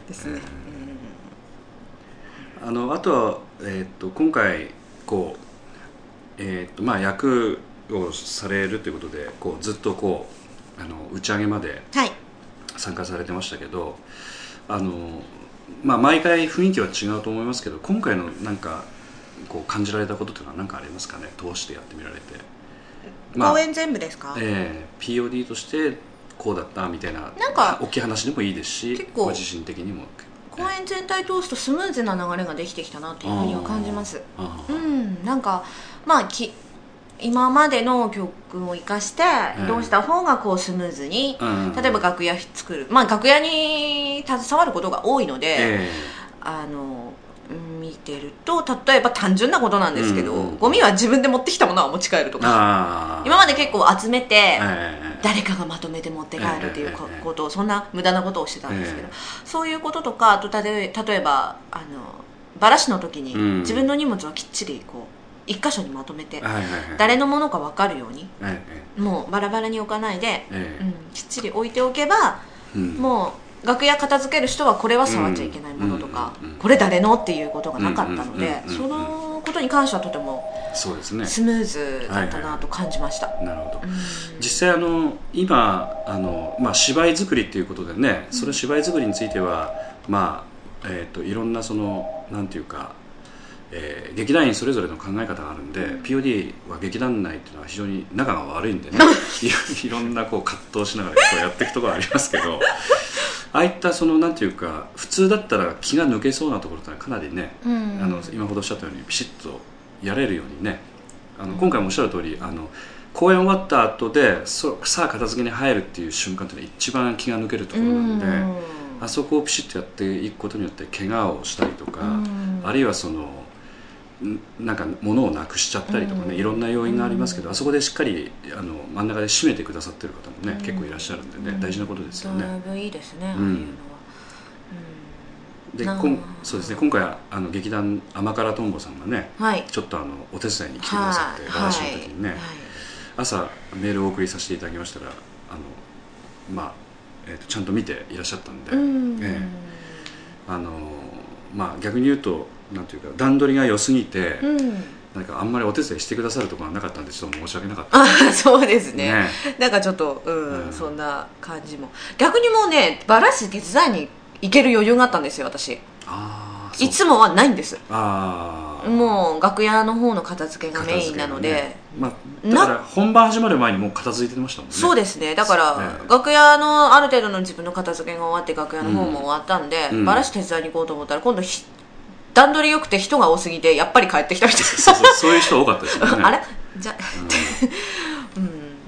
[SPEAKER 3] ですね、
[SPEAKER 2] あのあとは、えーっと今回こう、えーっとまあ、役をされるということでこうずっとこうあの打ち上げまで
[SPEAKER 3] うんはい
[SPEAKER 2] 参加されてましたけどあの、まあ、毎回雰囲気は違うと思いますけど今回のなんかこう感じられたことというのは何かありますかね通してやってみられて、まあ
[SPEAKER 3] 公演全部ですか、
[SPEAKER 2] ええ POD としてこうだったみたいな
[SPEAKER 3] なんか
[SPEAKER 2] 大きい話でもいいですし
[SPEAKER 3] 結構
[SPEAKER 2] ご自身的にも
[SPEAKER 3] 公演全体通すとスムーズな流れができてきたなっていうふうには感じます
[SPEAKER 2] あー
[SPEAKER 3] うんなんかまあき今までの曲を生かして
[SPEAKER 2] うん
[SPEAKER 3] どうした方がこうスムーズに、
[SPEAKER 2] うん
[SPEAKER 3] 例えば楽屋作る、まあ、楽屋に携わることが多いので、
[SPEAKER 2] ええ
[SPEAKER 3] あの見てると例えば単純なことなんですけど、
[SPEAKER 2] うん
[SPEAKER 3] ゴミは自分で持ってきたものは持ち帰るとか
[SPEAKER 2] あー
[SPEAKER 3] 今まで結構集めて、
[SPEAKER 2] ええ
[SPEAKER 3] 誰かがまとめて持って帰るっていうこ
[SPEAKER 2] ええええ
[SPEAKER 3] ことをそんな無駄なことをしてたんですけど、
[SPEAKER 2] え
[SPEAKER 3] そういうこととかあと例え例えばあのバラシの時に
[SPEAKER 2] うん
[SPEAKER 3] 自分の荷物をきっちりこう一箇所にまとめて、
[SPEAKER 2] はいはいはい
[SPEAKER 3] 誰のものか分かるように
[SPEAKER 2] え
[SPEAKER 3] もうバラバラに置かないで、
[SPEAKER 2] ええ
[SPEAKER 3] うん、きっちり置いておけば
[SPEAKER 2] えうん
[SPEAKER 3] もう楽屋片付ける人はこれは触っちゃいけないものとか、
[SPEAKER 2] うんうんうん
[SPEAKER 3] これ誰のっていうことがなかったので、
[SPEAKER 2] うんうんうんうん
[SPEAKER 3] そのことに関してはとても
[SPEAKER 2] そうですね
[SPEAKER 3] スムーズだったなと感じました、
[SPEAKER 2] なるほど
[SPEAKER 3] うん
[SPEAKER 2] 実際あの今あの、まあ、芝居作りっていうことでねその芝居作りについては、まあえー、といろんなそのなんていうか、えー劇団員それぞれの考え方があるんで、POD は劇団内っていうのは非常に仲が悪いんでね <laughs> いいろんなこう葛藤しながらこうやっていくところはありますけどああいったそのなんていうか普通だったら気が抜けそうなところってのはかなりね
[SPEAKER 3] うん
[SPEAKER 2] あの今ほどおっしゃったようにピシッとやれるようにねあの今回もおっしゃる通りあの公演終わった後でそさあ片付けに入るっていう瞬間っていうのは一番気が抜けるところなんで、あそこをピシッとやっていくことによって怪我をしたりとか、
[SPEAKER 3] うん
[SPEAKER 2] あるいはそのんなんか物をなくしちゃったりとかね、
[SPEAKER 3] うん
[SPEAKER 2] いろんな要因がありますけど、あそこでしっかりあの真ん中で締めてくださってる方もね、
[SPEAKER 3] うん
[SPEAKER 2] 結構いらっしゃるんでね、
[SPEAKER 3] うん
[SPEAKER 2] 大事なことですよね。
[SPEAKER 3] だいぶいいですね、
[SPEAKER 2] うん
[SPEAKER 3] ああいうのは、
[SPEAKER 2] で
[SPEAKER 3] なあ
[SPEAKER 2] こんそうですね今回あの劇団甘辛とんぼさんがね、
[SPEAKER 3] うん、はい
[SPEAKER 2] ちょっとあのお手伝いに来てくださって、
[SPEAKER 3] はい
[SPEAKER 2] バラシの時にね、
[SPEAKER 3] はい
[SPEAKER 2] 朝メールをお送りさせていただきましたらあの、まあえーとちゃんと見ていらっしゃったんで、
[SPEAKER 3] うん
[SPEAKER 2] ええあのまあ、逆に言うとなんていうか段取りが良すぎて、
[SPEAKER 3] うん
[SPEAKER 2] なんかあんまりお手伝いしてくださるところがなかったんでちょっと申し訳なかった
[SPEAKER 3] あそうですね
[SPEAKER 2] ね
[SPEAKER 3] なんかちょっと、うん
[SPEAKER 2] うん
[SPEAKER 3] そんな感じも逆にもうねバラシ手伝いに行ける余裕があったんですよ私
[SPEAKER 2] ああ
[SPEAKER 3] いつもはないんです
[SPEAKER 2] ああ
[SPEAKER 3] もう楽屋の方の片付けがメインなので、
[SPEAKER 2] まあ、だから本番始まる前にもう片付いてましたもんね
[SPEAKER 3] そうですねだから、
[SPEAKER 2] ええ
[SPEAKER 3] 楽屋のある程度の自分の片付けが終わって楽屋の方も終わったんで、
[SPEAKER 2] うん
[SPEAKER 3] バラシ手伝いに行こうと思ったら今度ひ段取り良くて人が多すぎてやっぱり帰ってきたみたい
[SPEAKER 2] そうそうそういう人多かったですよね
[SPEAKER 3] な <laughs> あれじゃ
[SPEAKER 2] うんだか
[SPEAKER 3] <laughs> うん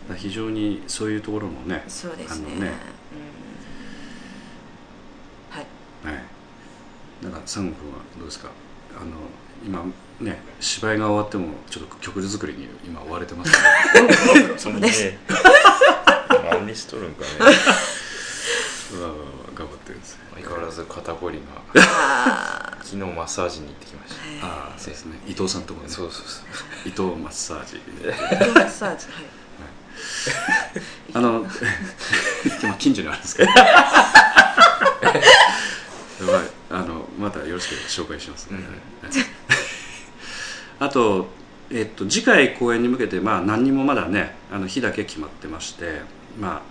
[SPEAKER 2] ら非常にそういうところもね
[SPEAKER 3] そうですね
[SPEAKER 2] あのね
[SPEAKER 3] うん
[SPEAKER 2] 三国はどうですかあの今ね芝居が終わってもちょっと曲作りに今追われて
[SPEAKER 1] <laughs>
[SPEAKER 2] ますね
[SPEAKER 1] そ
[SPEAKER 3] <laughs>
[SPEAKER 1] うです。何しとるんかね。
[SPEAKER 2] わわわわ頑張ってるんですね
[SPEAKER 1] 相変わらず肩こりが。
[SPEAKER 3] あ
[SPEAKER 1] 昨日マッサージに行ってきまし
[SPEAKER 2] ああそうですね伊藤さんとこ
[SPEAKER 1] た。
[SPEAKER 2] ね
[SPEAKER 1] そうそうそう。
[SPEAKER 2] 伊藤マッサージ
[SPEAKER 3] ーマッサージはい
[SPEAKER 2] あの <laughs> 今近所にあるんです
[SPEAKER 1] <laughs>
[SPEAKER 2] けどまああのまたよろしければ紹介しますね、
[SPEAKER 1] うん
[SPEAKER 2] はいあと、えっと、次回公演に向けて、まあ、何にもまだねあの日だけ決まってましてま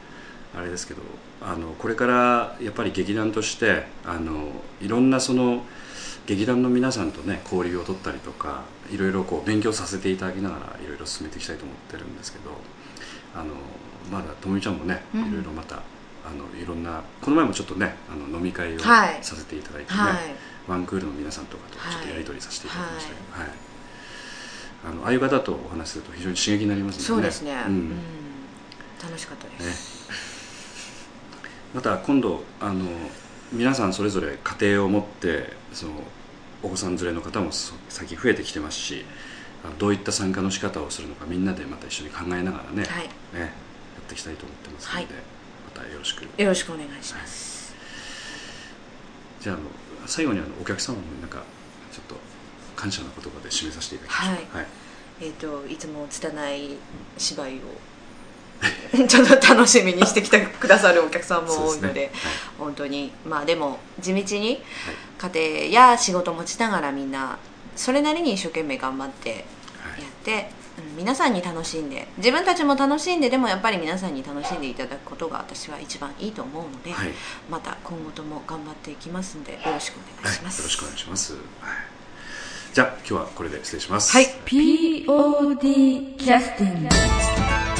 [SPEAKER 2] ああれですけどあのこれからやっぱり劇団としてあのいろんなその劇団の皆さんとね交流を取ったりとかいろいろこう勉強させていただきながらいろいろ進めていきたいと思ってるんですけどあのまだともみちゃんもね
[SPEAKER 3] うん
[SPEAKER 2] いろいろまた、あのいろんなこの前もちょっとねあの飲み会を
[SPEAKER 3] はい
[SPEAKER 2] させていただいてね、
[SPEAKER 3] はい
[SPEAKER 2] ワンクールの皆さんとかと
[SPEAKER 3] はい
[SPEAKER 2] ちょっとやり取りさせていただきましたけど、はいあのああいう方とお話しすると非常に刺激になりますので
[SPEAKER 3] そうですね、
[SPEAKER 2] う
[SPEAKER 3] うんん楽しかったです、
[SPEAKER 2] ねまた今度あの皆さんそれぞれ家庭を持ってそのお子さん連れの方もそ最近増えてきてますしあのどういった参加の仕方をするのかみんなでまた一緒に考えながらね,、
[SPEAKER 3] はい
[SPEAKER 2] ねやっていきたいと思ってますので、
[SPEAKER 3] はい
[SPEAKER 2] またよろしく
[SPEAKER 3] よろしくお願いします
[SPEAKER 2] じゃああの最後にあのお客様になんかちょっと感謝の言葉で締めさせていただきましょうはい
[SPEAKER 3] えっ、といつも拙い芝居を <laughs> ちょっと楽しみにしてきてくださるお客さんも
[SPEAKER 2] そう
[SPEAKER 3] 多いので
[SPEAKER 2] ですねはい
[SPEAKER 3] 本当にまあでも地道に家庭や仕事持ちながらみんなそれなりに一生懸命頑張って
[SPEAKER 2] はい
[SPEAKER 3] やって、うん皆さんに楽しんで自分たちも楽しんででもやっぱり皆さんに楽しんでいただくことが私は一番いいと思うので、
[SPEAKER 2] はい、はい
[SPEAKER 3] また今後とも頑張っていきますんでよろしくお願いします。
[SPEAKER 2] よろしくお願いします、はい、じゃあ今日はこれで失礼します
[SPEAKER 3] はい
[SPEAKER 5] POD キャスティング